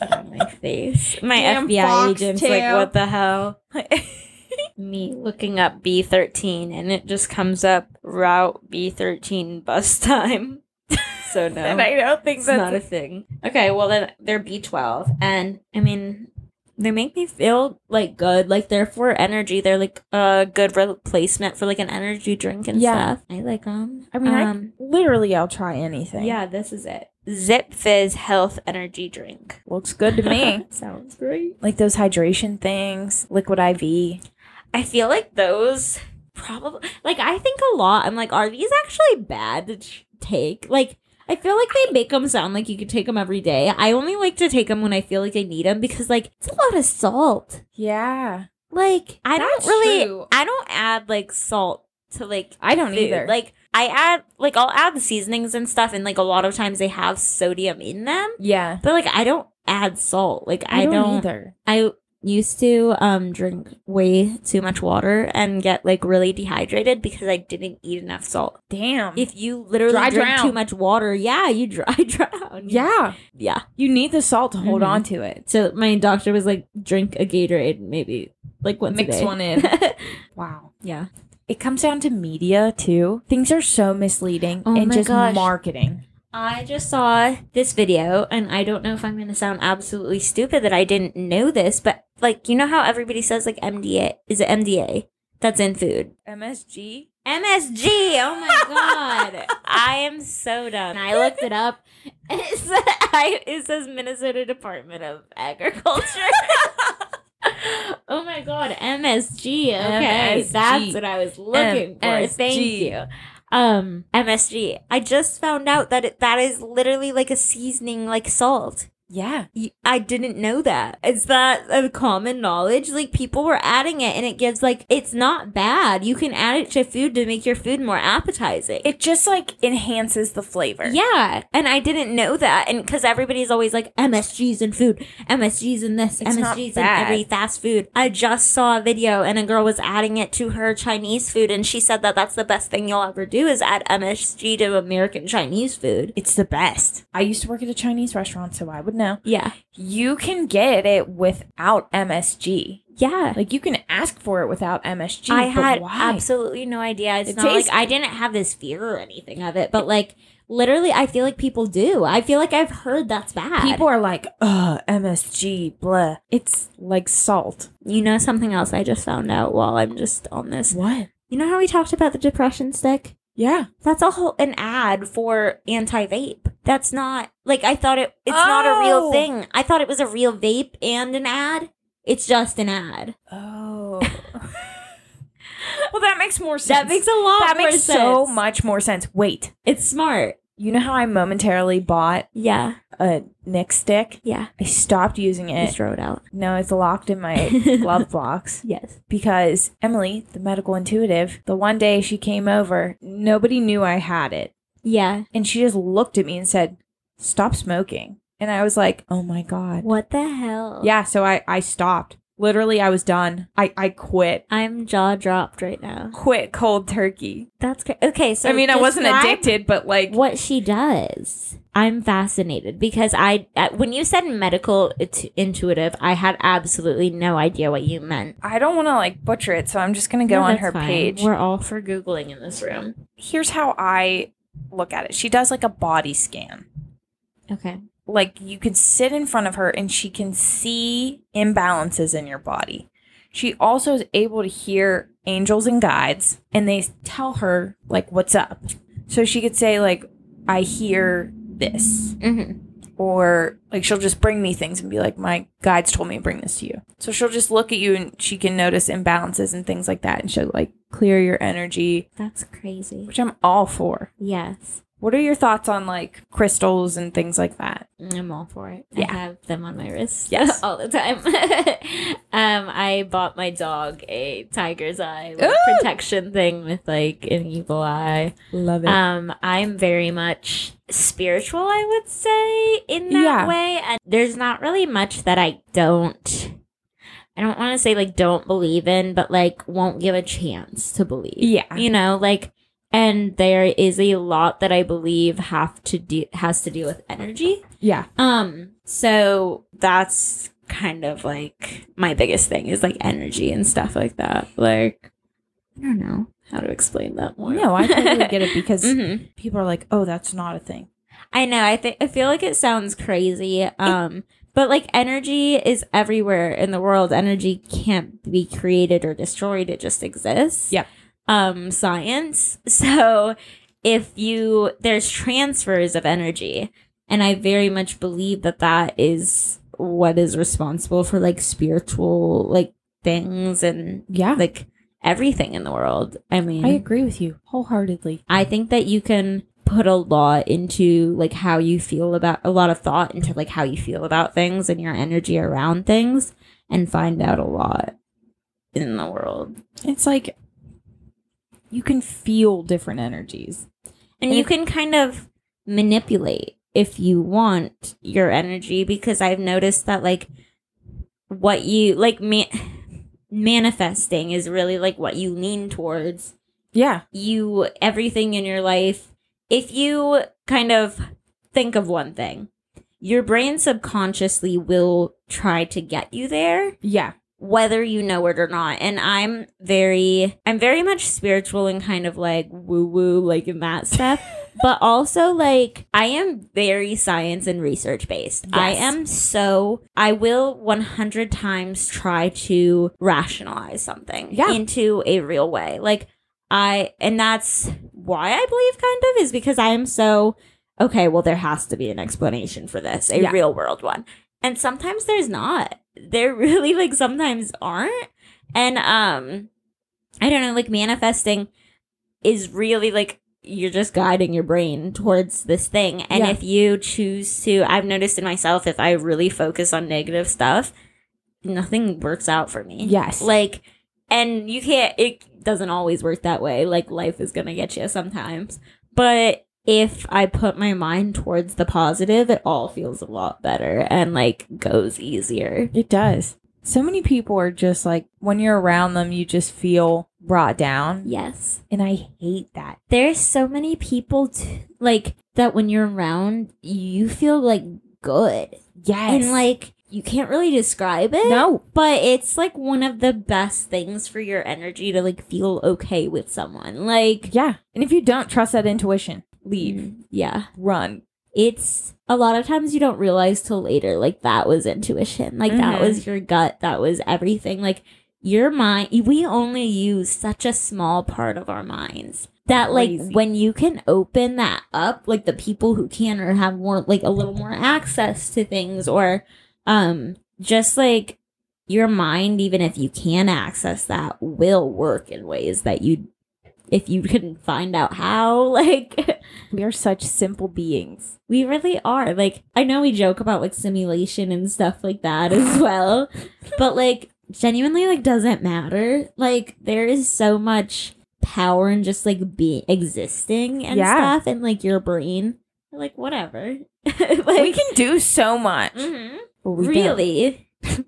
Speaker 1: on my face. My
Speaker 2: Damn
Speaker 1: FBI
Speaker 2: fox
Speaker 1: agent's like,
Speaker 2: tail.
Speaker 1: what the hell? Me looking up B13 and it just comes up route B13 bus time. So no.
Speaker 2: And I don't think
Speaker 1: It's
Speaker 2: that's
Speaker 1: not a thing. Okay, well then they're B twelve, and I mean, they make me feel like good. Like they're for energy. They're like a good replacement for like an energy drink and
Speaker 2: Yeah.
Speaker 1: stuff. I like them.
Speaker 2: I mean, I-
Speaker 1: um,
Speaker 2: literally I'll try anything.
Speaker 1: yeah, this is it. Zip Fizz Health Energy Drink.
Speaker 2: Looks good to me.
Speaker 1: Sounds great.
Speaker 2: like those hydration things, liquid IV.
Speaker 1: I feel like those probably like I think a lot. I'm like, are these actually bad to t- take? Like. I feel like they make them sound like you could take them every day. I only like to take them when I feel like I need them because, like, it's a lot of salt.
Speaker 2: Yeah.
Speaker 1: Like, I don't
Speaker 2: That's
Speaker 1: really,
Speaker 2: true.
Speaker 1: I don't add like salt to like
Speaker 2: I don't
Speaker 1: food.
Speaker 2: either.
Speaker 1: Like, I add like I'll add the seasonings and stuff, and like a lot of times they have sodium in them,
Speaker 2: yeah.
Speaker 1: but like I don't add salt. Like I, don't.
Speaker 2: either.
Speaker 1: I used to um drink way too much water and get like really dehydrated because I didn't eat enough salt.
Speaker 2: Damn.
Speaker 1: If you literally
Speaker 2: Dry
Speaker 1: drink
Speaker 2: drown.
Speaker 1: too much water, yeah, you dry drown.
Speaker 2: yeah. Mm-hmm.
Speaker 1: yeah.
Speaker 2: You need the salt to hold
Speaker 1: Mhm.
Speaker 2: on to it.
Speaker 1: So my doctor was like, drink a Gatorade maybe like once a
Speaker 2: Mix
Speaker 1: day.
Speaker 2: one in. Wow.
Speaker 1: yeah.
Speaker 2: It comes down to media too. Things are so misleading
Speaker 1: Oh
Speaker 2: and
Speaker 1: my
Speaker 2: just
Speaker 1: gosh.
Speaker 2: marketing.
Speaker 1: I just saw this video, and I don't know if I'm going to sound absolutely stupid that I didn't know this, but like, you know how everybody says, like, MDA is it MDA that's in food?
Speaker 2: MSG?
Speaker 1: MSG! Oh my God. I am so dumb. And I looked it up. And it, sa- I, it says Minnesota Department of Agriculture. oh my God. MSG. Okay.
Speaker 2: MSG.
Speaker 1: That's what I was looking for. Thank
Speaker 2: MSG.
Speaker 1: you. Um, MSG. I just found out that it, that is literally like a seasoning like salt.
Speaker 2: Yeah.
Speaker 1: Y- I didn't know that. Is that a common knowledge? Like people were adding it and it gives like it's not bad. You can add it to food to make your food more appetizing.
Speaker 2: It just like enhances the flavor.
Speaker 1: yeah, and I didn't know that, and because everybody's always like MSGs in food, MSGs in this,
Speaker 2: It's not
Speaker 1: MSGs in
Speaker 2: bad.
Speaker 1: every fast food. I just saw a video, and a girl was adding it to her Chinese food, and she said that that's the best thing you'll ever do is add MSG to American Chinese food.
Speaker 2: It's the best. I used to work at a Chinese restaurant, so I would know.
Speaker 1: Yeah,
Speaker 2: You can get it without MSG.
Speaker 1: yeah.
Speaker 2: Like you can ask for it without MSG.
Speaker 1: I
Speaker 2: but
Speaker 1: had
Speaker 2: why?
Speaker 1: absolutely no idea. It's
Speaker 2: It
Speaker 1: not
Speaker 2: tastes-
Speaker 1: like I didn't have this fear or anything of it, but like literally, I feel like people do. I feel like I've heard that's bad.
Speaker 2: People are like, ugh, MSG, blah. It's like salt.
Speaker 1: you know, something else I just found out while I'm just on this.
Speaker 2: What?
Speaker 1: You know how we talked about the depression stick?
Speaker 2: Yeah.
Speaker 1: That's a whole an ad for anti vape. That's not like I thought it. It's not a real
Speaker 2: Oh.
Speaker 1: thing. I thought it was a real vape and an ad. It's just an ad.
Speaker 2: Oh. well, that makes more sense.
Speaker 1: That makes a lot.
Speaker 2: That
Speaker 1: more
Speaker 2: makes so
Speaker 1: sense.
Speaker 2: much more sense. Wait,
Speaker 1: It's smart.
Speaker 2: you know how I momentarily bought
Speaker 1: Yeah,
Speaker 2: a Nick stick?
Speaker 1: yeah.
Speaker 2: I stopped using
Speaker 1: You
Speaker 2: it.
Speaker 1: throw it out.
Speaker 2: No, it's locked in my glove box.
Speaker 1: Yes.
Speaker 2: because Emily, the medical intuitive, the one day she came over, nobody knew I had it.
Speaker 1: Yeah.
Speaker 2: And she just looked at me and said, Stop smoking. And I was like, Oh my God.
Speaker 1: What the hell?
Speaker 2: Yeah. So I, I stopped. Literally, I was done. I, I quit.
Speaker 1: I'm jaw dropped right now.
Speaker 2: Quit cold turkey.
Speaker 1: That's cra- okay. So
Speaker 2: I mean, I wasn't
Speaker 1: describe
Speaker 2: addicted, but like,
Speaker 1: What she does, I'm fascinated because I, uh, when you said medical it- intuitive, I had absolutely no idea what you meant.
Speaker 2: I don't want to like butcher it. So I'm just going to go
Speaker 1: No,
Speaker 2: on
Speaker 1: that's
Speaker 2: her
Speaker 1: fine.
Speaker 2: page.
Speaker 1: We're all for googling in this room.
Speaker 2: Here's how I look at it she does like a body scan.
Speaker 1: Okay.
Speaker 2: like you could sit in front of her and she can see imbalances in your body. She also is able to hear angels and guides and they tell her like what's up. So she could say like I hear this
Speaker 1: Mm-hmm.
Speaker 2: or like she'll just bring me things and be like my guides told me to bring this to you. So she'll just look at you and she can notice imbalances and things like that and she'll like clear your energy,
Speaker 1: That's crazy.
Speaker 2: which I'm all for.
Speaker 1: Yes,
Speaker 2: What are your thoughts on like crystals and things like that?
Speaker 1: I'm all for it.
Speaker 2: Yeah.
Speaker 1: I have them on my wrist.
Speaker 2: Yes.
Speaker 1: all the time. um, I bought my dog a tiger's eye like,
Speaker 2: Ooh!
Speaker 1: protection thing with like an evil eye.
Speaker 2: Love it.
Speaker 1: Um, I'm very much spiritual, I would say, in that
Speaker 2: Yeah.
Speaker 1: way. And there's not really much that I don't. I don't want to say like don't believe in, but like won't give a chance to believe.
Speaker 2: Yeah.
Speaker 1: You know, like and there is a lot that I believe have to do has to do with energy.
Speaker 2: Yeah.
Speaker 1: Um so that's kind of like my biggest thing is like energy and stuff like that. Like I don't know how to explain that more.
Speaker 2: No, I totally get it because
Speaker 1: Mhm.
Speaker 2: people are like, oh, that's not a thing.
Speaker 1: I know. I think I feel like it sounds crazy. Um, but like energy is everywhere in the world. Energy can't be created or destroyed. It just exists.
Speaker 2: Yep.
Speaker 1: Um, science. So if you there's transfers of energy, and I very much believe that that is what is responsible for like spiritual like things and
Speaker 2: Yeah.
Speaker 1: like everything in the world. I mean,
Speaker 2: I agree with you wholeheartedly.
Speaker 1: I think that you can put a lot into like how you feel about a lot of thought into like how you feel about things and your energy around things and find out a lot in the world.
Speaker 2: It's like you can feel different energies.
Speaker 1: And you can kind of manipulate if you want your energy because I've noticed that like what you like ma- manifesting is really like what you lean towards
Speaker 2: Yeah.
Speaker 1: you everything in your life if you kind of think of one thing your brain subconsciously will try to get you there
Speaker 2: Yeah.
Speaker 1: whether you know it or not and i'm very i'm very much spiritual and kind of like woo woo like in that stuff but also like i am very science and research based i
Speaker 2: Yes.
Speaker 1: am so i will 100 times try to rationalize something
Speaker 2: Yeah.
Speaker 1: into a real way like i and that's why i believe kind of is because i am so okay well there has to be an explanation for this a
Speaker 2: Yeah.
Speaker 1: real world one and sometimes there's not there really like sometimes aren't and um i don't know like manifesting is really like you're just guiding your brain towards this thing and
Speaker 2: Yeah.
Speaker 1: if you choose to i've noticed in myself if i really focus on negative stuff nothing works out for me
Speaker 2: Yes.
Speaker 1: like and you can't it doesn't always work that way like life is gonna get you sometimes but if i put my mind towards the positive it all feels a lot better and like goes easier
Speaker 2: It does. So many people are just like, when you're around them, you just feel brought down.
Speaker 1: yes
Speaker 2: And I hate that.
Speaker 1: there's so many people t- like that when you're around you feel like good
Speaker 2: Yes.
Speaker 1: and like you can't really describe it
Speaker 2: no.
Speaker 1: but it's like one of the best things for your energy to like feel okay with someone like
Speaker 2: Yeah. And if you don't trust that intuition, leave,
Speaker 1: Mm, yeah
Speaker 2: run.
Speaker 1: it's a lot of times you don't realize till later like that was intuition like that
Speaker 2: Mhm.
Speaker 1: was your gut that was everything like your mind we only use such a small part of our minds that like
Speaker 2: Crazy.
Speaker 1: when you can open that up like the people who can or have more like a little more access to things or um just like your mind even if you can access that will work in ways that you if you can find out how like
Speaker 2: We are such simple beings.
Speaker 1: we really are. Like, I know we joke about like simulation and stuff like that as well, but like, genuinely, like, doesn't matter. Like, there is so much power in just like being existing and
Speaker 2: Yeah.
Speaker 1: stuff, and like your brain, like, whatever. like,
Speaker 2: we can do so much.
Speaker 1: mhm,
Speaker 2: But we don't.
Speaker 1: really,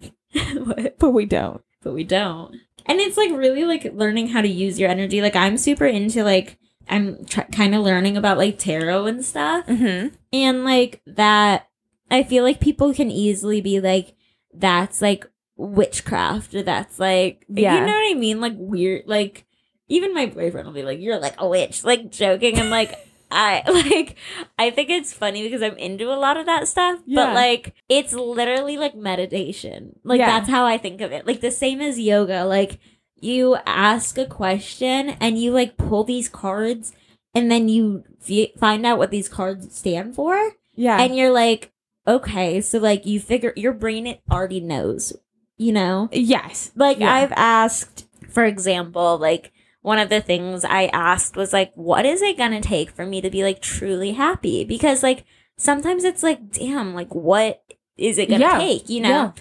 Speaker 1: What?
Speaker 2: But we don't.
Speaker 1: but we don't. And it's like really like learning how to use your energy. Like, I'm super into like, I'm tr- kind of learning about like tarot and stuff.
Speaker 2: Mm-hmm.
Speaker 1: And like that, I feel like people can easily be like, that's like witchcraft, or that's like,
Speaker 2: Yeah.
Speaker 1: you know what I mean? Like weird, like even my boyfriend will be like, you're like a witch, like joking. And like, I like, I think it's funny because I'm into a lot of that stuff,
Speaker 2: Yeah.
Speaker 1: but like, it's literally like meditation. Like,
Speaker 2: Yeah.
Speaker 1: that's how I think of it. Like, the same as yoga. Like, you ask a question and you like pull these cards and then you f- find out what these cards stand for
Speaker 2: Yeah.
Speaker 1: and you're like okay so like you figure your brain it already knows you know
Speaker 2: yes.
Speaker 1: like
Speaker 2: Yeah.
Speaker 1: i've asked for example like one of the things i asked was like what is it going to take for me to be like truly happy because like sometimes it's like damn like what is it going to
Speaker 2: Yeah.
Speaker 1: take you know
Speaker 2: Yeah.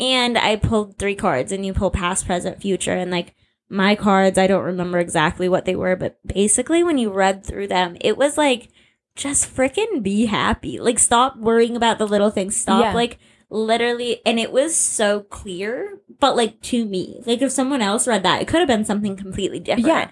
Speaker 1: and I pulled three cards, and you pull past, present, future, and like my cards, I don't remember exactly what they were, but basically, when you read through them, it was like just freaking be happy. Like, stop worrying about the little things. Stop,
Speaker 2: Yeah.
Speaker 1: like, literally. And it was so clear, but like to me. Like if someone else read that, it could have been something completely different.
Speaker 2: Yeah.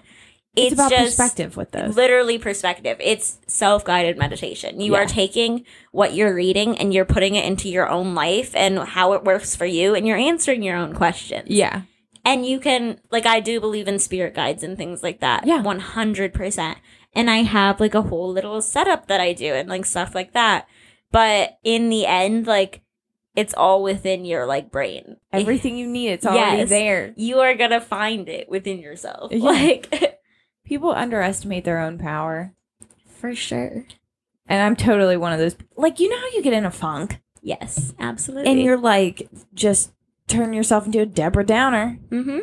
Speaker 1: It's,
Speaker 2: about
Speaker 1: just
Speaker 2: perspective with this.
Speaker 1: literally perspective. It's self-guided meditation. You
Speaker 2: Yeah.
Speaker 1: are taking what you're reading and you're putting it into your own life and how it works for you and you're answering your own questions.
Speaker 2: yeah.
Speaker 1: And you can like I do believe in spirit guides and things like that.
Speaker 2: Yeah.
Speaker 1: 100%. And I have like a whole little setup that I do and like stuff like that. But in the end like it's all within your like brain.
Speaker 2: Everything you need, it's already
Speaker 1: Yes.
Speaker 2: there.
Speaker 1: you are going to find it within yourself.
Speaker 2: Yeah.
Speaker 1: Like
Speaker 2: People underestimate their own power.
Speaker 1: for sure.
Speaker 2: And I'm totally one of those. Like, you know how you get in a funk
Speaker 1: Yes, absolutely.
Speaker 2: and you're like, just turn yourself into a Deborah Downer
Speaker 1: mm-hmm.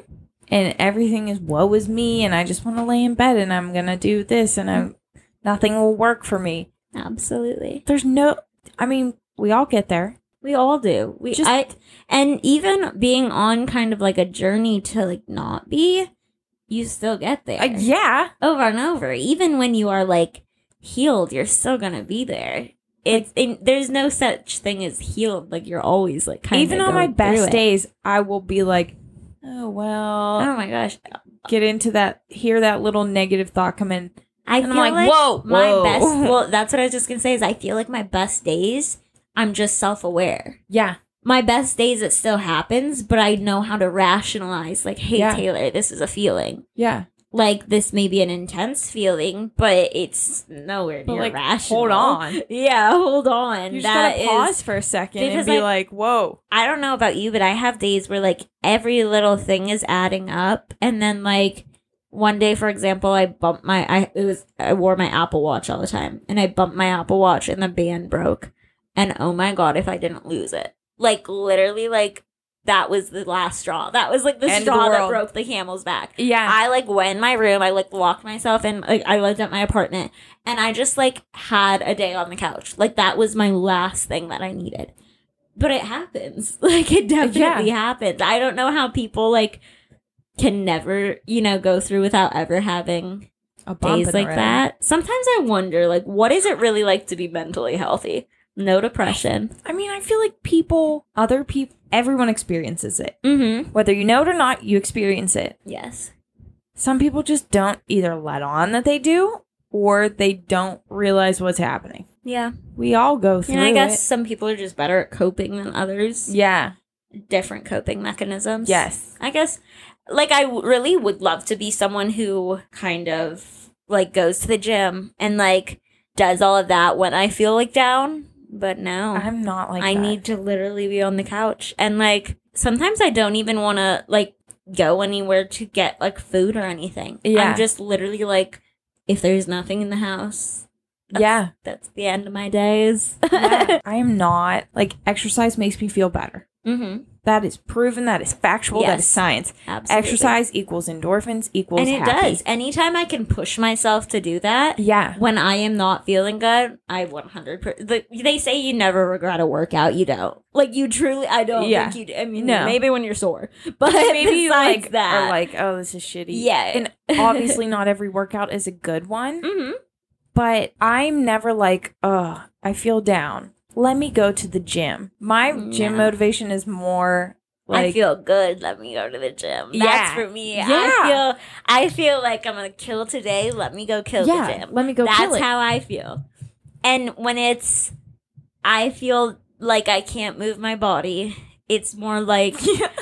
Speaker 2: and everything is woe is me and I just want to lay in bed and I'm going to do this and I'm nothing will work for me.
Speaker 1: Absolutely.
Speaker 2: There's no, I mean, we all get there.
Speaker 1: We all do. We
Speaker 2: Just-
Speaker 1: I and even being on kind of like a journey to like not be, you still get there.
Speaker 2: Uh, yeah.
Speaker 1: Over and over. Even when you are like healed, you're still gonna be there. It's and there's no such thing as healed. Like you're always like kind
Speaker 2: Even
Speaker 1: of
Speaker 2: on my best days, I will be like, oh, well,
Speaker 1: Oh my gosh.
Speaker 2: get into that, hear that little negative thought come in.
Speaker 1: I
Speaker 2: And
Speaker 1: feel
Speaker 2: I'm like,
Speaker 1: like
Speaker 2: whoa,
Speaker 1: my
Speaker 2: whoa.
Speaker 1: best well, that's what I was just gonna say is I feel like my best days, I'm just self aware.
Speaker 2: Yeah.
Speaker 1: my best days it still happens but i know how to rationalize like hey
Speaker 2: Yeah.
Speaker 1: taylor this is a feeling
Speaker 2: Yeah.
Speaker 1: like this may be an intense feeling but it's nowhere near
Speaker 2: like,
Speaker 1: rational
Speaker 2: Hold on.
Speaker 1: yeah hold on
Speaker 2: You just
Speaker 1: That
Speaker 2: gotta
Speaker 1: is-
Speaker 2: pause for a second and
Speaker 1: because,
Speaker 2: be
Speaker 1: like-
Speaker 2: like, "Whoa,
Speaker 1: i don't know about you but i have days where like every little thing is adding up and then like one day for example i bumped my i it was i wore my apple watch all the time and i bumped my apple watch and the band broke and oh my god if i didn't lose it like literally like that was the last straw that was like the
Speaker 2: End of the
Speaker 1: straw that
Speaker 2: world.
Speaker 1: broke the camel's back
Speaker 2: yeah,
Speaker 1: i like went in my room i like locked myself in like i lived at my apartment and i just like had a day on the couch like that was my last thing that i needed but it happens like it definitely happens i don't know how people like can never you know go through without ever having
Speaker 2: a bump in
Speaker 1: days
Speaker 2: the
Speaker 1: like
Speaker 2: road.
Speaker 1: that sometimes i wonder like what is it really like to be mentally healthy no depression
Speaker 2: I mean, I feel like people, other people, everyone experiences it,
Speaker 1: Mm-hmm.
Speaker 2: whether you know it or not. You experience it.
Speaker 1: Yes.
Speaker 2: Some people just don't either let on that they do, or they don't realize what's happening.
Speaker 1: Yeah.
Speaker 2: We all go through.
Speaker 1: And I guess
Speaker 2: it.
Speaker 1: some people are just better at coping than others.
Speaker 2: Yeah.
Speaker 1: Different coping mechanisms.
Speaker 2: Yes.
Speaker 1: I guess, like, I w- really would love to be someone who kind of like goes to the gym and like does all of that when I feel like down. But no,
Speaker 2: I'm not like.
Speaker 1: Oh, I
Speaker 2: that.
Speaker 1: need to literally be on the couch. And like, sometimes I don't even want to like go anywhere to get like food or anything.
Speaker 2: Yeah.
Speaker 1: I'm just literally like, if there's nothing in the house,
Speaker 2: Yeah.
Speaker 1: that's the end of my days.
Speaker 2: yeah. I am not like exercise makes me feel better.
Speaker 1: Mm-hmm.
Speaker 2: That is proven. That is factual. That is
Speaker 1: Yes.
Speaker 2: science.
Speaker 1: Absolutely.
Speaker 2: Exercise equals endorphins equals
Speaker 1: And it
Speaker 2: happy.
Speaker 1: does. Anytime I can push myself to do that,
Speaker 2: Yeah.
Speaker 1: when I am not feeling good, I 100%. the- They say you never regret a workout. You don't. Like, you truly, I don't
Speaker 2: Yeah.
Speaker 1: think you do. I mean,
Speaker 2: No.
Speaker 1: maybe when you're sore. But
Speaker 2: maybe you
Speaker 1: besides
Speaker 2: like
Speaker 1: that.
Speaker 2: are like, oh, this is shitty.
Speaker 1: yeah.
Speaker 2: And obviously, not every workout is a good one,
Speaker 1: hmm
Speaker 2: but I'm never like, oh, I feel down. Let me go to the gym. My gym
Speaker 1: Mm, Yeah.
Speaker 2: motivation is more like,
Speaker 1: I feel good. Let me go to the gym. That's
Speaker 2: Yeah.
Speaker 1: for me.
Speaker 2: Yeah.
Speaker 1: I feel I feel like I'm gonna kill today. Let me go kill the
Speaker 2: yeah,
Speaker 1: gym.
Speaker 2: let me go
Speaker 1: That's
Speaker 2: kill it.
Speaker 1: how I feel. And when it's, I feel like I can't move my body. It's more like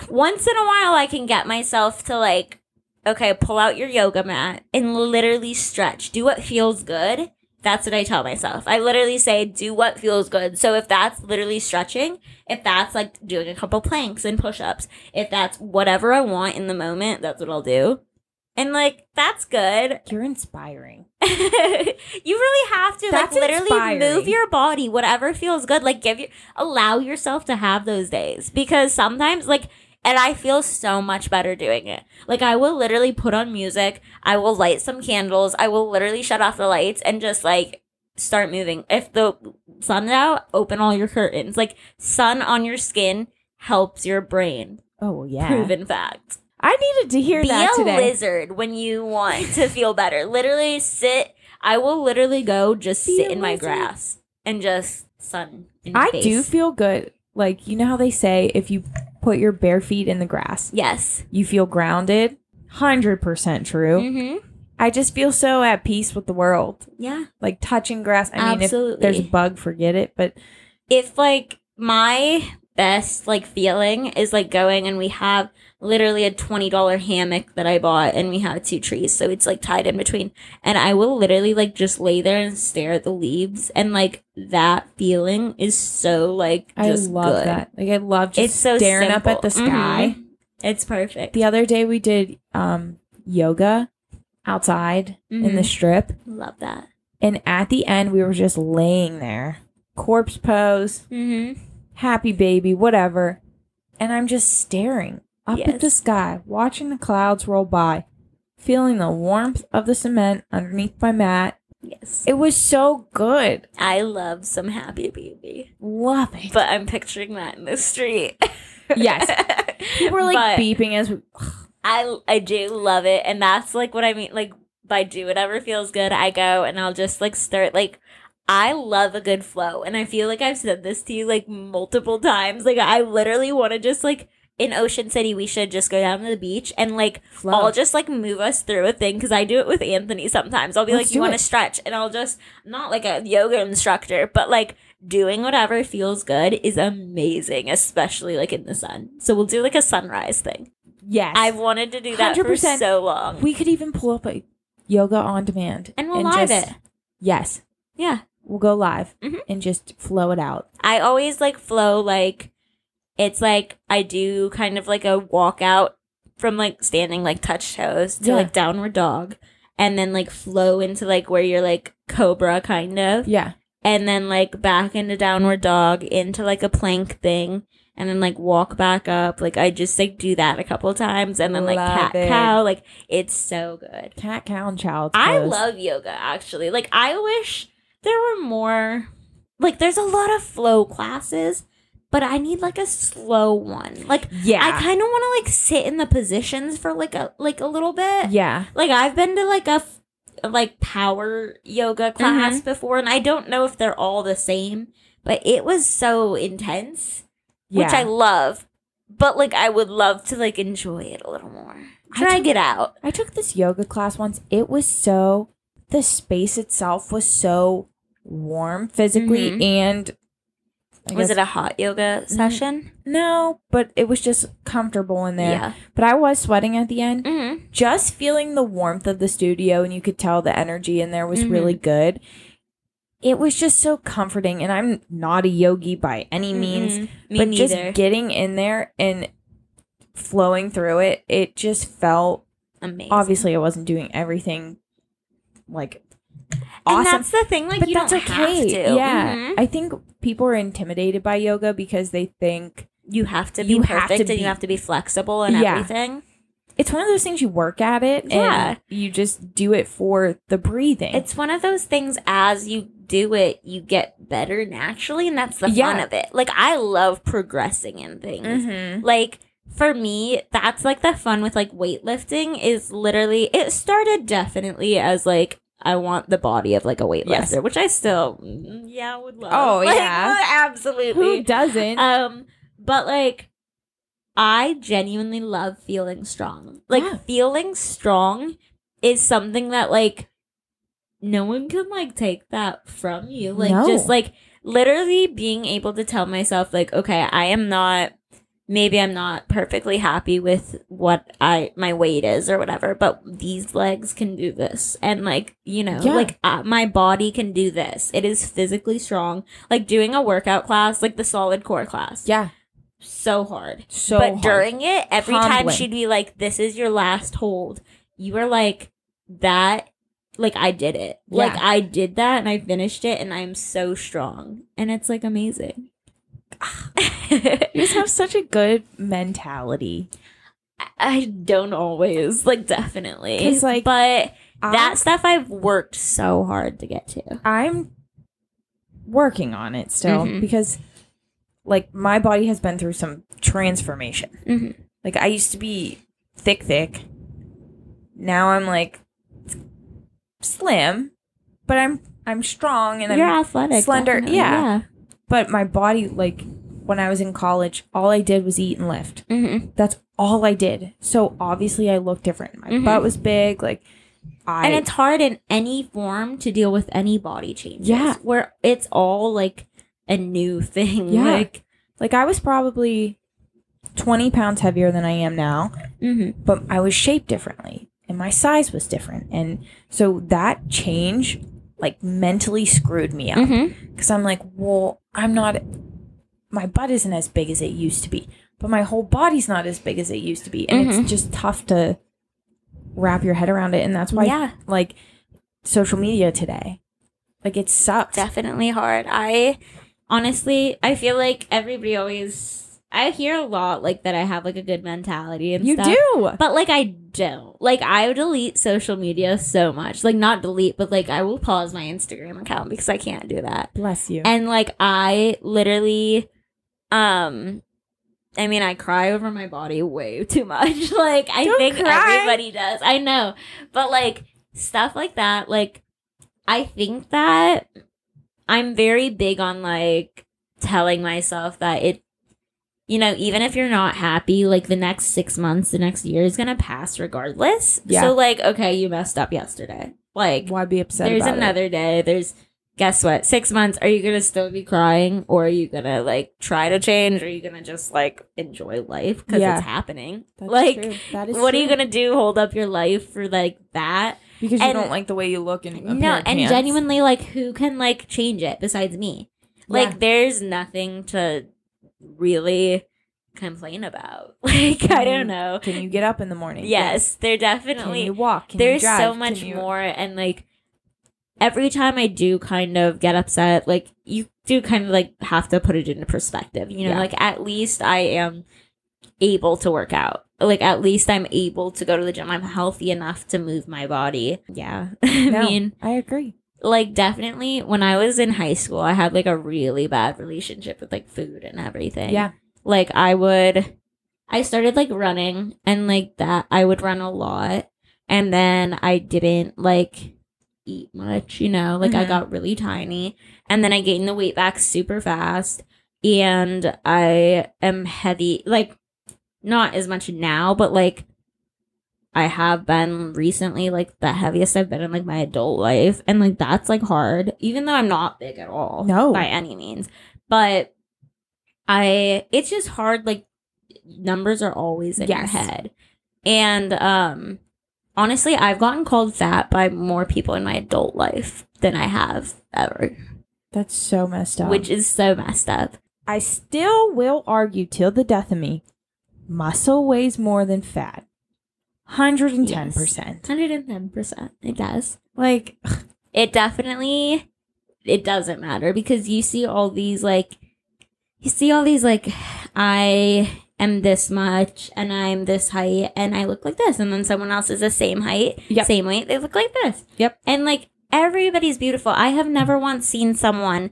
Speaker 1: once in a while I can get myself to like, okay, pull out your yoga mat and literally stretch. Do what feels good. That's what I tell myself. I literally say, do what feels good. So if that's literally stretching, if that's like doing a couple planks and push ups, if that's whatever I want in the moment, that's what I'll do. And like, that's good.
Speaker 2: You're inspiring.
Speaker 1: you really have to
Speaker 2: That's
Speaker 1: like literally
Speaker 2: inspiring.
Speaker 1: move your body whatever feels good like give your allow yourself to have those days because sometimes like and I feel so much better doing it. Like I will literally put on music, I will light some candles, I will literally shut off the lights and just like start moving. If the sun's out, open all your curtains. Like sun on your skin helps your brain.
Speaker 2: Oh yeah,
Speaker 1: Proven fact
Speaker 2: I needed to hear
Speaker 1: be
Speaker 2: that
Speaker 1: a
Speaker 2: today.
Speaker 1: lizard when you want to feel better. Literally sit. I will literally go just
Speaker 2: Be
Speaker 1: sit
Speaker 2: a
Speaker 1: in my
Speaker 2: lizard.
Speaker 1: grass and just sun. In
Speaker 2: I
Speaker 1: face.
Speaker 2: do feel good Like, you know how they say if you put your bare feet in the grass,
Speaker 1: Yes.
Speaker 2: you feel grounded? 100% true.
Speaker 1: Mm-hmm.
Speaker 2: I just feel so at peace with the world.
Speaker 1: Yeah.
Speaker 2: Like touching grass. I mean, if
Speaker 1: Absolutely.
Speaker 2: there's a bug, forget it. But
Speaker 1: if like my best like feeling is like going and we have literally a $20 hammock that I bought and we have two trees so it's like tied in between and I will literally like just lay there and stare at the leaves and like that feeling is so like
Speaker 2: I
Speaker 1: just
Speaker 2: love
Speaker 1: good.
Speaker 2: that. Like, I love just
Speaker 1: it's so
Speaker 2: staring up
Speaker 1: simple.
Speaker 2: at the sky.
Speaker 1: Mhm. It's perfect.
Speaker 2: The other day we did um, yoga outside in the
Speaker 1: Mhm.
Speaker 2: strip.
Speaker 1: love that.
Speaker 2: And at the end, we were just laying there, corpse pose,
Speaker 1: Mhm.
Speaker 2: happy baby, whatever. And I'm just staring up at the
Speaker 1: Yes.
Speaker 2: sky, watching the clouds roll by, feeling the warmth of the cement underneath my mat.
Speaker 1: Yes.
Speaker 2: It was so good.
Speaker 1: I love some happy baby.
Speaker 2: Love it.
Speaker 1: But I'm picturing that in the street.
Speaker 2: yes. People were like
Speaker 1: But-
Speaker 2: beeping as we.
Speaker 1: I I do love it, and that's like what I mean. Like by do whatever feels good, I go and I'll just like start like. I love a good flow, and I feel like I've said this to you like multiple times. Like I literally want to just like in Ocean City, we should just go down to the beach and like
Speaker 2: Flow.
Speaker 1: I'll just like move us through a thing because I do it with Anthony sometimes. I'll be
Speaker 2: Let's
Speaker 1: like, "You
Speaker 2: do
Speaker 1: want to
Speaker 2: it."
Speaker 1: stretch?" and I'll just not like a yoga instructor, but like doing whatever feels good is amazing, especially like in the sun. So we'll do like a sunrise thing.
Speaker 2: yes.
Speaker 1: I've wanted to do that for
Speaker 2: 100%.
Speaker 1: so long.
Speaker 2: we could even pull up a yoga on demand
Speaker 1: And we'll live it.
Speaker 2: Yes.
Speaker 1: yeah.
Speaker 2: We'll go live
Speaker 1: Mhm.
Speaker 2: and just flow it out.
Speaker 1: I always like flow like it's like I do kind of like a walkout from like standing like touch toes to
Speaker 2: Yeah.
Speaker 1: like downward dog and then like flow into like where you're like cobra kind of
Speaker 2: Yeah.
Speaker 1: and then like back into downward dog into like a plank thing and then like walk back up like I just like do that a couple times and then like
Speaker 2: Love
Speaker 1: cat
Speaker 2: it.
Speaker 1: cow like it's so good.
Speaker 2: Cat, cow, and child's
Speaker 1: I
Speaker 2: pose.
Speaker 1: love yoga actually. Like I wish there were more like there's a lot of flow classes, but I need like a slow one. Like
Speaker 2: Yeah.
Speaker 1: I kind of want to like sit in the positions for like a like a little bit.
Speaker 2: yeah.
Speaker 1: Like I've been to like a f- like power yoga class
Speaker 2: Mm-hmm.
Speaker 1: before and I don't know if they're all the same, but it was so intense,
Speaker 2: Yeah.
Speaker 1: which I love. But like I would love to like enjoy it a little more.
Speaker 2: I
Speaker 1: Drag it out.
Speaker 2: I took this yoga class once. It was so the space itself was so warm physically
Speaker 1: Mhm.
Speaker 2: and I
Speaker 1: was
Speaker 2: guess- Mm-hmm.
Speaker 1: it a hot yoga session?
Speaker 2: no, but it was just comfortable in there.
Speaker 1: Yeah.
Speaker 2: But I was sweating at the end.
Speaker 1: Mm-hmm.
Speaker 2: Just feeling the warmth of the studio and you could tell the energy in there was
Speaker 1: Mhm.
Speaker 2: really good. It was just so comforting and I'm not a yogi by any means,
Speaker 1: Means me
Speaker 2: Mm-hmm. but
Speaker 1: neither.
Speaker 2: just getting in there and flowing through it, it just felt
Speaker 1: Amazing.
Speaker 2: obviously I wasn't doing everything like
Speaker 1: and
Speaker 2: awesome.
Speaker 1: that's the thing. Like
Speaker 2: but
Speaker 1: you
Speaker 2: that's
Speaker 1: don't have
Speaker 2: okay.
Speaker 1: to.
Speaker 2: Yeah.
Speaker 1: Mhm.
Speaker 2: I think people are intimidated by yoga because they think
Speaker 1: you have to be
Speaker 2: You have to
Speaker 1: perfect, and
Speaker 2: be-
Speaker 1: you have to be flexible and
Speaker 2: Yeah.
Speaker 1: everything.
Speaker 2: it's one of those things you work at it
Speaker 1: Yeah.
Speaker 2: and you just do it for the breathing.
Speaker 1: It's one of those things. As you do it, you get better naturally, and that's the fun
Speaker 2: Yeah.
Speaker 1: of it. Like I love progressing in things.
Speaker 2: mm-hmm.
Speaker 1: Like for me, that's like the fun with like weightlifting is literally it started definitely as like I want the body of like a weightlifter,
Speaker 2: Yes.
Speaker 1: which I still mm, yeah would love.
Speaker 2: Oh,
Speaker 1: Like,
Speaker 2: yeah. Who
Speaker 1: absolutely.
Speaker 2: doesn't?
Speaker 1: Um, but like I genuinely love feeling strong. Like
Speaker 2: Yeah.
Speaker 1: feeling strong is something that like no one can like take that from you. Like
Speaker 2: No.
Speaker 1: just like literally being able to tell myself like okay, I am not maybe I'm not perfectly happy with what I my weight is or whatever, but these legs can do this. And like, you know,
Speaker 2: Yeah.
Speaker 1: like uh, my body can do this. It is physically strong. Like doing a workout class, like the solid core class.
Speaker 2: yeah.
Speaker 1: So hard.
Speaker 2: So
Speaker 1: but
Speaker 2: hard.
Speaker 1: during it, every time
Speaker 2: Humbling.
Speaker 1: she'd be like, "This is your last hold." You were like, "That like I did it. Like
Speaker 2: Yeah.
Speaker 1: I did that and I finished it and I'm so strong." And it's like amazing.
Speaker 2: you just have such a good mentality.
Speaker 1: I don't always like definitely
Speaker 2: 'Cause, like,
Speaker 1: but that
Speaker 2: That's
Speaker 1: stuff I've worked so hard to get to.
Speaker 2: I'm working on it still
Speaker 1: Mhm.
Speaker 2: because like my body has been through some transformation.
Speaker 1: Mhm.
Speaker 2: Like I used to be thick thick. Now I'm like slim, but I'm I'm strong and
Speaker 1: You're
Speaker 2: I'm
Speaker 1: athletic,
Speaker 2: slender,
Speaker 1: definitely,
Speaker 2: yeah. but my body like when I was in college, all I did was eat and lift.
Speaker 1: Mm-hmm.
Speaker 2: That's all I did. So obviously, I looked different. My
Speaker 1: Mhm.
Speaker 2: butt was big. Like, I
Speaker 1: and it's hard in any form to deal with any body changes.
Speaker 2: Yeah.
Speaker 1: Where it's all like a new thing.
Speaker 2: Yeah.
Speaker 1: Like,
Speaker 2: like I was probably twenty pounds heavier than I am now.
Speaker 1: mm-hmm.
Speaker 2: but I was shaped differently and my size was different. And so that change like mentally screwed me up
Speaker 1: Mm-hmm.
Speaker 2: because I'm like, well, I'm not, my butt isn't as big as it used to be, but my whole body's not as big as it used to be. And
Speaker 1: Mhm.
Speaker 2: it's just tough to wrap your head around it. And that's why,
Speaker 1: Yeah.
Speaker 2: like, social media today, like, it sucks.
Speaker 1: definitely hard. I honestly, I feel like everybody always. I hear a lot like that. I have like a good mentality and
Speaker 2: You
Speaker 1: stuff.
Speaker 2: do.
Speaker 1: but like I don't. Like I delete social media so much. Like not delete, but like I will pause my Instagram account because I can't do that.
Speaker 2: Bless you.
Speaker 1: And like I literally, um. I mean, I cry over my body way too much. Like, I
Speaker 2: Don't
Speaker 1: think
Speaker 2: cry.
Speaker 1: everybody does. I know. But, like, stuff like that, like, I think that I'm very big on like telling myself that it, you know, even if you're not happy, like the next six months, the next year is gonna pass regardless.
Speaker 2: Yeah.
Speaker 1: So like, okay, you messed up yesterday. Like,
Speaker 2: why be upset
Speaker 1: there's
Speaker 2: about it?
Speaker 1: another day. There's guess what? Six months. Are you gonna still be crying, or are you gonna like try to change? Or are you gonna just like enjoy life because
Speaker 2: Yeah.
Speaker 1: it's happening?
Speaker 2: That's
Speaker 1: like,
Speaker 2: true. that is
Speaker 1: what are you
Speaker 2: true.
Speaker 1: gonna do? Hold up your life for like that?
Speaker 2: because you
Speaker 1: and-
Speaker 2: don't like the way you look in a pair
Speaker 1: no
Speaker 2: of
Speaker 1: and
Speaker 2: pants.
Speaker 1: genuinely like who can like change it besides me like
Speaker 2: Yeah.
Speaker 1: there's nothing to really complain about like i don't
Speaker 2: Mhm.
Speaker 1: know
Speaker 2: Can you get up in the morning?
Speaker 1: yes there
Speaker 2: Can
Speaker 1: definitely
Speaker 2: you walk? Can you
Speaker 1: there's
Speaker 2: drive?
Speaker 1: so
Speaker 2: Can
Speaker 1: much
Speaker 2: you-
Speaker 1: more and like every time i do kind of get upset like you do kind of like have to put it into perspective you know
Speaker 2: Yeah.
Speaker 1: like at least i am able to work out like at least i'm able to go to the gym i'm healthy enough to move my body yeah i
Speaker 2: No,
Speaker 1: mean
Speaker 2: I agree.
Speaker 1: like definitely when I was in high school, I had like a really bad relationship with like food and everything.
Speaker 2: Yeah.
Speaker 1: Like I would I started like running and like that I would run a lot and then I didn't like eat much, you know, like I
Speaker 2: Mhm.
Speaker 1: got really tiny and then I gained the weight back super fast and I am heavy like not as much now, but like I have been recently like the heaviest I've been in like my adult life and like that's like hard even though I'm not big at all
Speaker 2: No.
Speaker 1: by any means but I it's just hard like numbers are always in your
Speaker 2: Yes.
Speaker 1: head and um honestly I've gotten called fat by more people in my adult life than I have ever
Speaker 2: That's so messed up.
Speaker 1: which is so messed up
Speaker 2: I still will argue till the death of me. Muscle weighs more than fat. 110%.
Speaker 1: 110% it does
Speaker 2: Like,
Speaker 1: it definitely it doesn't matter because you see all these like you see all these like i am this much and i'm this height and i look like this and then someone else is the same height
Speaker 2: Yep.
Speaker 1: same weight they look like this
Speaker 2: Yep.
Speaker 1: and like everybody's beautiful i have never once seen someone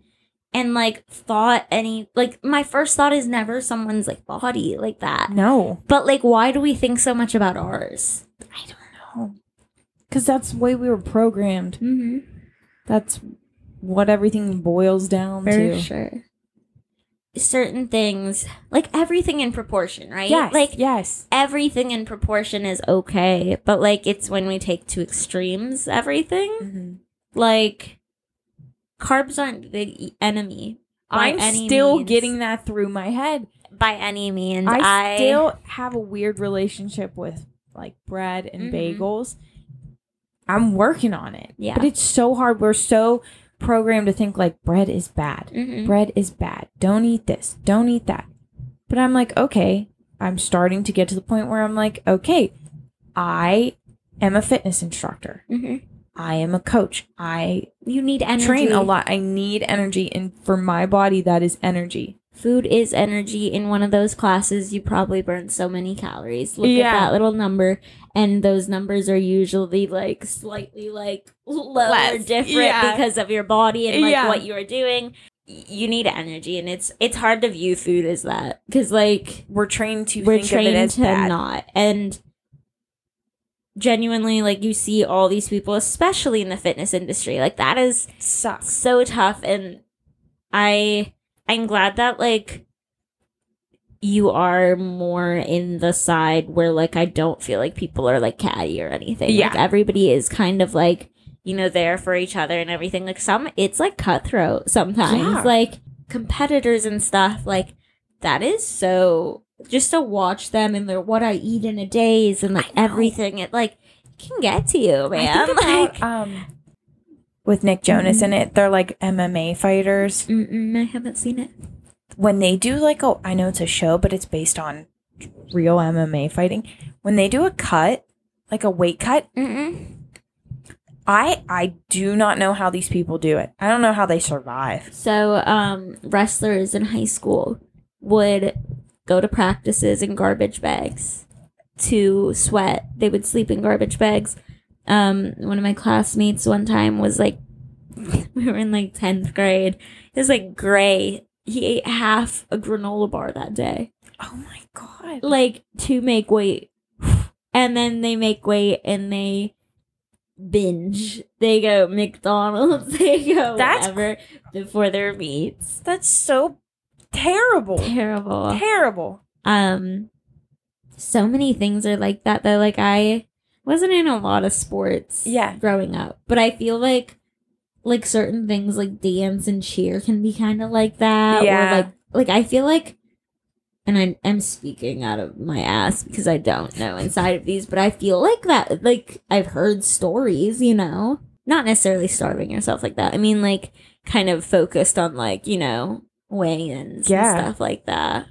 Speaker 1: and like thought any like my first thought is never someone's like body like that
Speaker 2: no.
Speaker 1: but like why do we think so much about ours i don't
Speaker 2: No. Because that's the way we were programmed.
Speaker 1: mm-hmm.
Speaker 2: That's what everything boils down
Speaker 1: For
Speaker 2: to.
Speaker 1: sure. Certain things, like everything in proportion, right?
Speaker 2: Yes.
Speaker 1: Like
Speaker 2: yes.
Speaker 1: everything in proportion is okay, but like it's when we take to extremes everything.
Speaker 2: Mhm.
Speaker 1: Like carbs aren't the e- enemy. by
Speaker 2: I'm
Speaker 1: any
Speaker 2: still
Speaker 1: means.
Speaker 2: getting that through my head.
Speaker 1: by any means.
Speaker 2: I,
Speaker 1: I,
Speaker 2: still have a weird relationship with like bread and
Speaker 1: Mhm.
Speaker 2: bagels. I'm working on it.
Speaker 1: Yeah.
Speaker 2: But it's so hard. We're so programmed to think like bread is bad.
Speaker 1: Mhm.
Speaker 2: Bread is bad. Don't eat this. Don't eat that. But I'm like, okay, I'm starting to get to the point where I'm like, okay, I am a fitness instructor.
Speaker 1: Mhm.
Speaker 2: I am a coach. I
Speaker 1: You need energy.
Speaker 2: train a lot. I need energy. And for my body, that is energy.
Speaker 1: Food is energy. In one of those classes, you probably burn so many calories. Look
Speaker 2: Yeah.
Speaker 1: at that little number, and those numbers are usually like slightly like low or
Speaker 2: Less.
Speaker 1: different
Speaker 2: Yeah.
Speaker 1: because of your body and like
Speaker 2: Yeah.
Speaker 1: what you are doing. Y- You need energy, and it's it's hard to view food as that because like
Speaker 2: We're trained to
Speaker 1: we're
Speaker 2: think of
Speaker 1: trained
Speaker 2: it as
Speaker 1: to
Speaker 2: bad.
Speaker 1: not and genuinely like you see all these people especially in the fitness industry like that is
Speaker 2: Sucks.
Speaker 1: so tough and i i'm glad that like you are more in the side where like I don't feel like people are like catty or anything.
Speaker 2: Yeah.
Speaker 1: Like everybody is kind of like, you know, there for each other and everything. Like some it's like cutthroat sometimes.
Speaker 2: Yeah.
Speaker 1: Like competitors and stuff, like that is so just to watch them and their what I eat in a days and like
Speaker 2: I know.
Speaker 1: everything, it like can get to you,
Speaker 2: I
Speaker 1: man.
Speaker 2: think about,
Speaker 1: like Mm-hmm.
Speaker 2: um, with Nick Jonas in it, they're like MMA fighters.
Speaker 1: Mm-mm, I haven't seen it.
Speaker 2: When they do like a, I know it's a show, but it's based on real MMA fighting. When they do a cut, like a weight cut,
Speaker 1: Mm-mm.
Speaker 2: I I do not know how these people do it. I don't know how they survive.
Speaker 1: So, um, wrestlers in high school would go to practices in garbage bags to sweat. They would sleep in garbage bags. Um, one of my classmates one time was like, we were in like 10th grade. It was like gray. He ate half a granola bar that day,
Speaker 2: Oh my god.
Speaker 1: like to make weight. And then they make weight and they binge. They go McDonald's. They go
Speaker 2: That's-
Speaker 1: whatever before their meets
Speaker 2: That's so terrible.
Speaker 1: terrible.
Speaker 2: Terrible.
Speaker 1: Um, so many things are like that though. Like I wasn't in a lot of sports,
Speaker 2: Yeah.
Speaker 1: growing up, but I feel like like certain things like dance and cheer can be kind of like that.
Speaker 2: Yeah.
Speaker 1: Or like like I feel like. And I am speaking out of my ass because I don't know inside of these, but I feel like that, like, I've heard stories, you know? Not necessarily starving yourself like that. I mean, like, kind of focused on, like, you know, weigh ins
Speaker 2: Yeah.
Speaker 1: and stuff like that.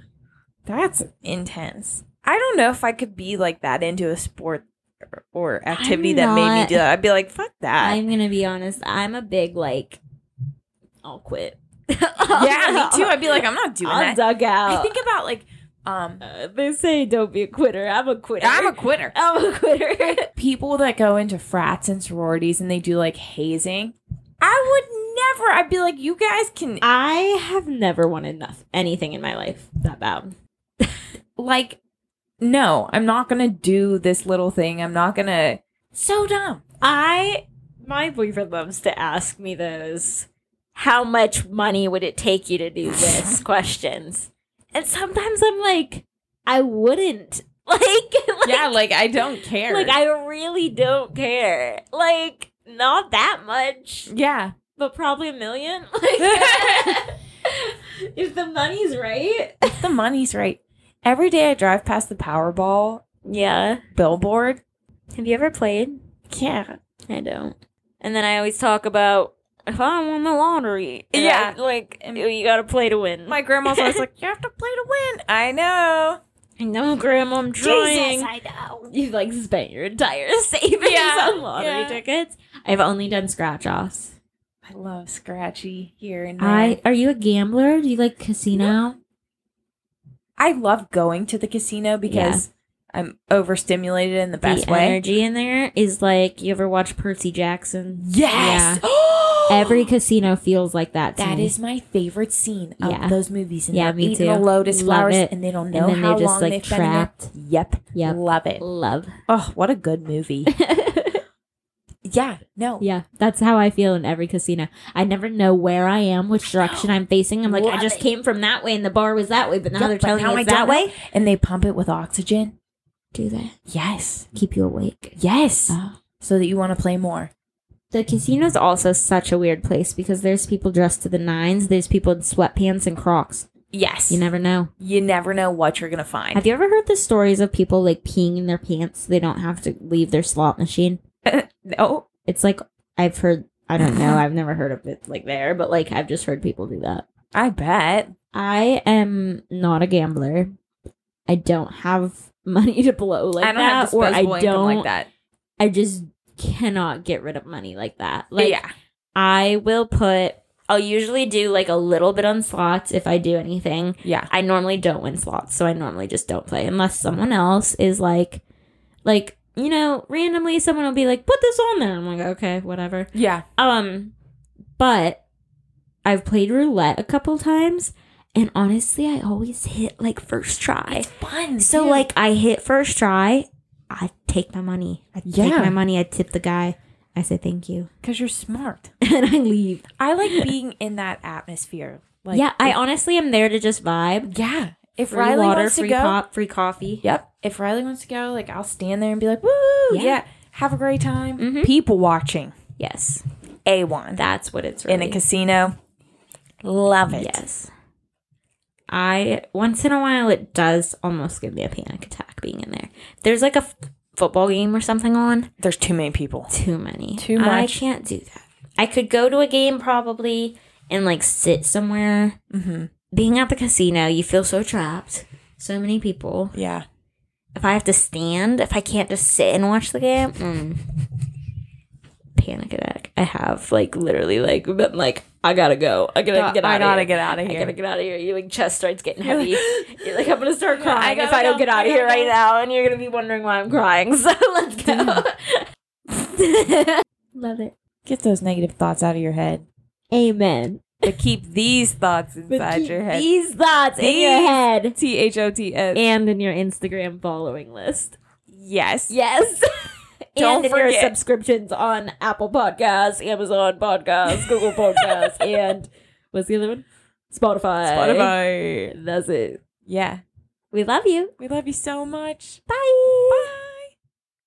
Speaker 2: That's intense. I don't know if I could be like that into a sport or- or activity
Speaker 1: I'm
Speaker 2: that made me
Speaker 1: not-
Speaker 2: do that. I'd be like, fuck that.
Speaker 1: I'm gonna be honest. I'm a big like. I'll quit. yeah,
Speaker 2: yeah, me too. I'd be like, I'm not doing
Speaker 1: I'm
Speaker 2: that.
Speaker 1: dug out.
Speaker 2: I think about like, um,
Speaker 1: uh, they say don't be a quitter. I'm a quitter.
Speaker 2: I'm a quitter.
Speaker 1: I'm a quitter.
Speaker 2: People that go into frats and sororities and they do like hazing. I would never. I'd be like, you guys can
Speaker 1: I have never wanted enough anything in my life that bad.
Speaker 2: like no i'm not gonna do this little thing i'm not gonna so dumb
Speaker 1: I my boyfriend loves to ask me those. How much money would it take you to do this? questions, and sometimes I'm like, I wouldn't. Like, like
Speaker 2: yeah like i don't care
Speaker 1: Like I really don't care. Like not that much,
Speaker 2: yeah
Speaker 1: but probably a million. Like if the money's right.
Speaker 2: the money's right every day i drive past the powerball
Speaker 1: Yeah.
Speaker 2: billboard
Speaker 1: Have you ever played?
Speaker 2: yeah
Speaker 1: I don't. And then I always talk about if I won the lottery. and
Speaker 2: Yeah.
Speaker 1: I- like you got to play to win.
Speaker 2: my grandma's always like you have to play to win i know
Speaker 1: I know, Grandma, I'm trying.
Speaker 2: i know
Speaker 1: You've like spent your entire savings
Speaker 2: Yeah,
Speaker 1: on lottery
Speaker 2: yeah.
Speaker 1: tickets. I've only done scratch offs.
Speaker 2: i love scratchy here and there.
Speaker 1: I are you a gambler? Do you like casino?
Speaker 2: i love going to the casino because i'm overstimulated in the best
Speaker 1: the
Speaker 2: way
Speaker 1: energy in there is like you ever watch Percy Jackson?
Speaker 2: yes
Speaker 1: Every casino feels like that. To
Speaker 2: That
Speaker 1: me.
Speaker 2: is my favorite scene of
Speaker 1: Yeah.
Speaker 2: those movies. And
Speaker 1: Yeah,
Speaker 2: they're
Speaker 1: me
Speaker 2: eating
Speaker 1: too.
Speaker 2: the lotus
Speaker 1: Love
Speaker 2: flowers,
Speaker 1: it.
Speaker 2: and they
Speaker 1: And
Speaker 2: don't know
Speaker 1: then
Speaker 2: how
Speaker 1: they're just
Speaker 2: long
Speaker 1: like
Speaker 2: they've
Speaker 1: trapped.
Speaker 2: been in there. Yep,
Speaker 1: Yep.
Speaker 2: love it.
Speaker 1: Love.
Speaker 2: Oh, what a good movie. yeah, no,
Speaker 1: yeah, that's how I feel in every casino. I never know where I am, which direction I'm facing. I'm like, I
Speaker 2: Love
Speaker 1: just
Speaker 2: it.
Speaker 1: came from that way, and the bar was that way, but now
Speaker 2: Yep,
Speaker 1: they're
Speaker 2: but
Speaker 1: telling
Speaker 2: now
Speaker 1: me
Speaker 2: I
Speaker 1: it's that
Speaker 2: don't know.
Speaker 1: way.
Speaker 2: And they pump it with oxygen.
Speaker 1: Do they
Speaker 2: Yes,
Speaker 1: keep you awake?
Speaker 2: yes.
Speaker 1: Oh.
Speaker 2: so that you want to play more.
Speaker 1: The casino's also such a weird place because there's people dressed to the nines. There's people in sweatpants and Crocs.
Speaker 2: Yes,
Speaker 1: You never know.
Speaker 2: you never know what you're gonna find.
Speaker 1: Have you ever heard the stories of people like peeing in their pants so they don't have to leave their slot machine?
Speaker 2: no,
Speaker 1: It's like I've heard I don't know, I've never heard of it like there, but like I've just heard people do that.
Speaker 2: I bet.
Speaker 1: I am not a gambler. I don't have money to blow like
Speaker 2: I don't
Speaker 1: that
Speaker 2: have
Speaker 1: or I
Speaker 2: disposable income
Speaker 1: don't
Speaker 2: like that.
Speaker 1: I just cannot get rid of money like that. Like
Speaker 2: yeah,
Speaker 1: I will put I'll usually do like a little bit on slots if I do anything.
Speaker 2: yeah.
Speaker 1: I normally don't win slots, so I normally just don't play unless someone else is like, like you know, randomly someone will be like, "Put this on there." I'm like, okay, whatever.
Speaker 2: Yeah.
Speaker 1: Um, but I've played roulette a couple times, and honestly, I always hit like first try.
Speaker 2: Fun.
Speaker 1: So
Speaker 2: too.
Speaker 1: like, I hit first try. I take my money. I
Speaker 2: Yeah.
Speaker 1: take my money. I tip the guy. I say thank you,
Speaker 2: cause you're smart.
Speaker 1: and I leave.
Speaker 2: I like being in that atmosphere. Like,
Speaker 1: yeah, I honestly am there to just vibe.
Speaker 2: Yeah. if
Speaker 1: Free
Speaker 2: Riley
Speaker 1: water,
Speaker 2: wants to
Speaker 1: free
Speaker 2: go,
Speaker 1: pop, free coffee.
Speaker 2: yep. If Riley wants to go, like I'll stand there and be like, woo, yeah,
Speaker 1: Yeah.
Speaker 2: have a great time.
Speaker 1: Mhm.
Speaker 2: People watching,
Speaker 1: Yes,
Speaker 2: a one
Speaker 1: that's what it's really.
Speaker 2: in a casino, love it.
Speaker 1: Yes. I once in a while it does almost give me a panic attack being in there. There's like a f- football game or something on.
Speaker 2: There's too many people.
Speaker 1: Too many.
Speaker 2: Too
Speaker 1: I
Speaker 2: much.
Speaker 1: can't do that. I could go to a game probably and like sit somewhere.
Speaker 2: Mm-hmm.
Speaker 1: Being at the casino, you feel so trapped. So many people.
Speaker 2: Yeah.
Speaker 1: If I have to stand, if I can't just sit and watch the game, mm. panic attack. I have like literally like been like I gotta go. I gotta get out.
Speaker 2: I
Speaker 1: of
Speaker 2: gotta
Speaker 1: here.
Speaker 2: get out of
Speaker 1: I
Speaker 2: here.
Speaker 1: gotta get out of here. Your like chest starts getting heavy. you're like, I'm gonna start
Speaker 2: I
Speaker 1: crying
Speaker 2: gotta
Speaker 1: if I don't
Speaker 2: go.
Speaker 1: get out
Speaker 2: I
Speaker 1: of here
Speaker 2: gotta
Speaker 1: right
Speaker 2: go.
Speaker 1: now, and you're gonna be wondering why I'm crying. So let's go. Love it.
Speaker 2: Get those negative thoughts out of your head.
Speaker 1: Amen.
Speaker 2: But keep these thoughts inside your head.
Speaker 1: These thoughts in your
Speaker 2: These-
Speaker 1: head
Speaker 2: T H O T S.
Speaker 1: and in your Instagram following list.
Speaker 2: Yes.
Speaker 1: Yes.
Speaker 2: Don't
Speaker 1: and in your
Speaker 2: forget.
Speaker 1: subscriptions on Apple Podcasts, Amazon Podcasts, Google Podcasts, and what's the other one? Spotify.
Speaker 2: Spotify.
Speaker 1: That's it.
Speaker 2: Yeah.
Speaker 1: We love you.
Speaker 2: We love you so much.
Speaker 1: Bye.
Speaker 2: Bye.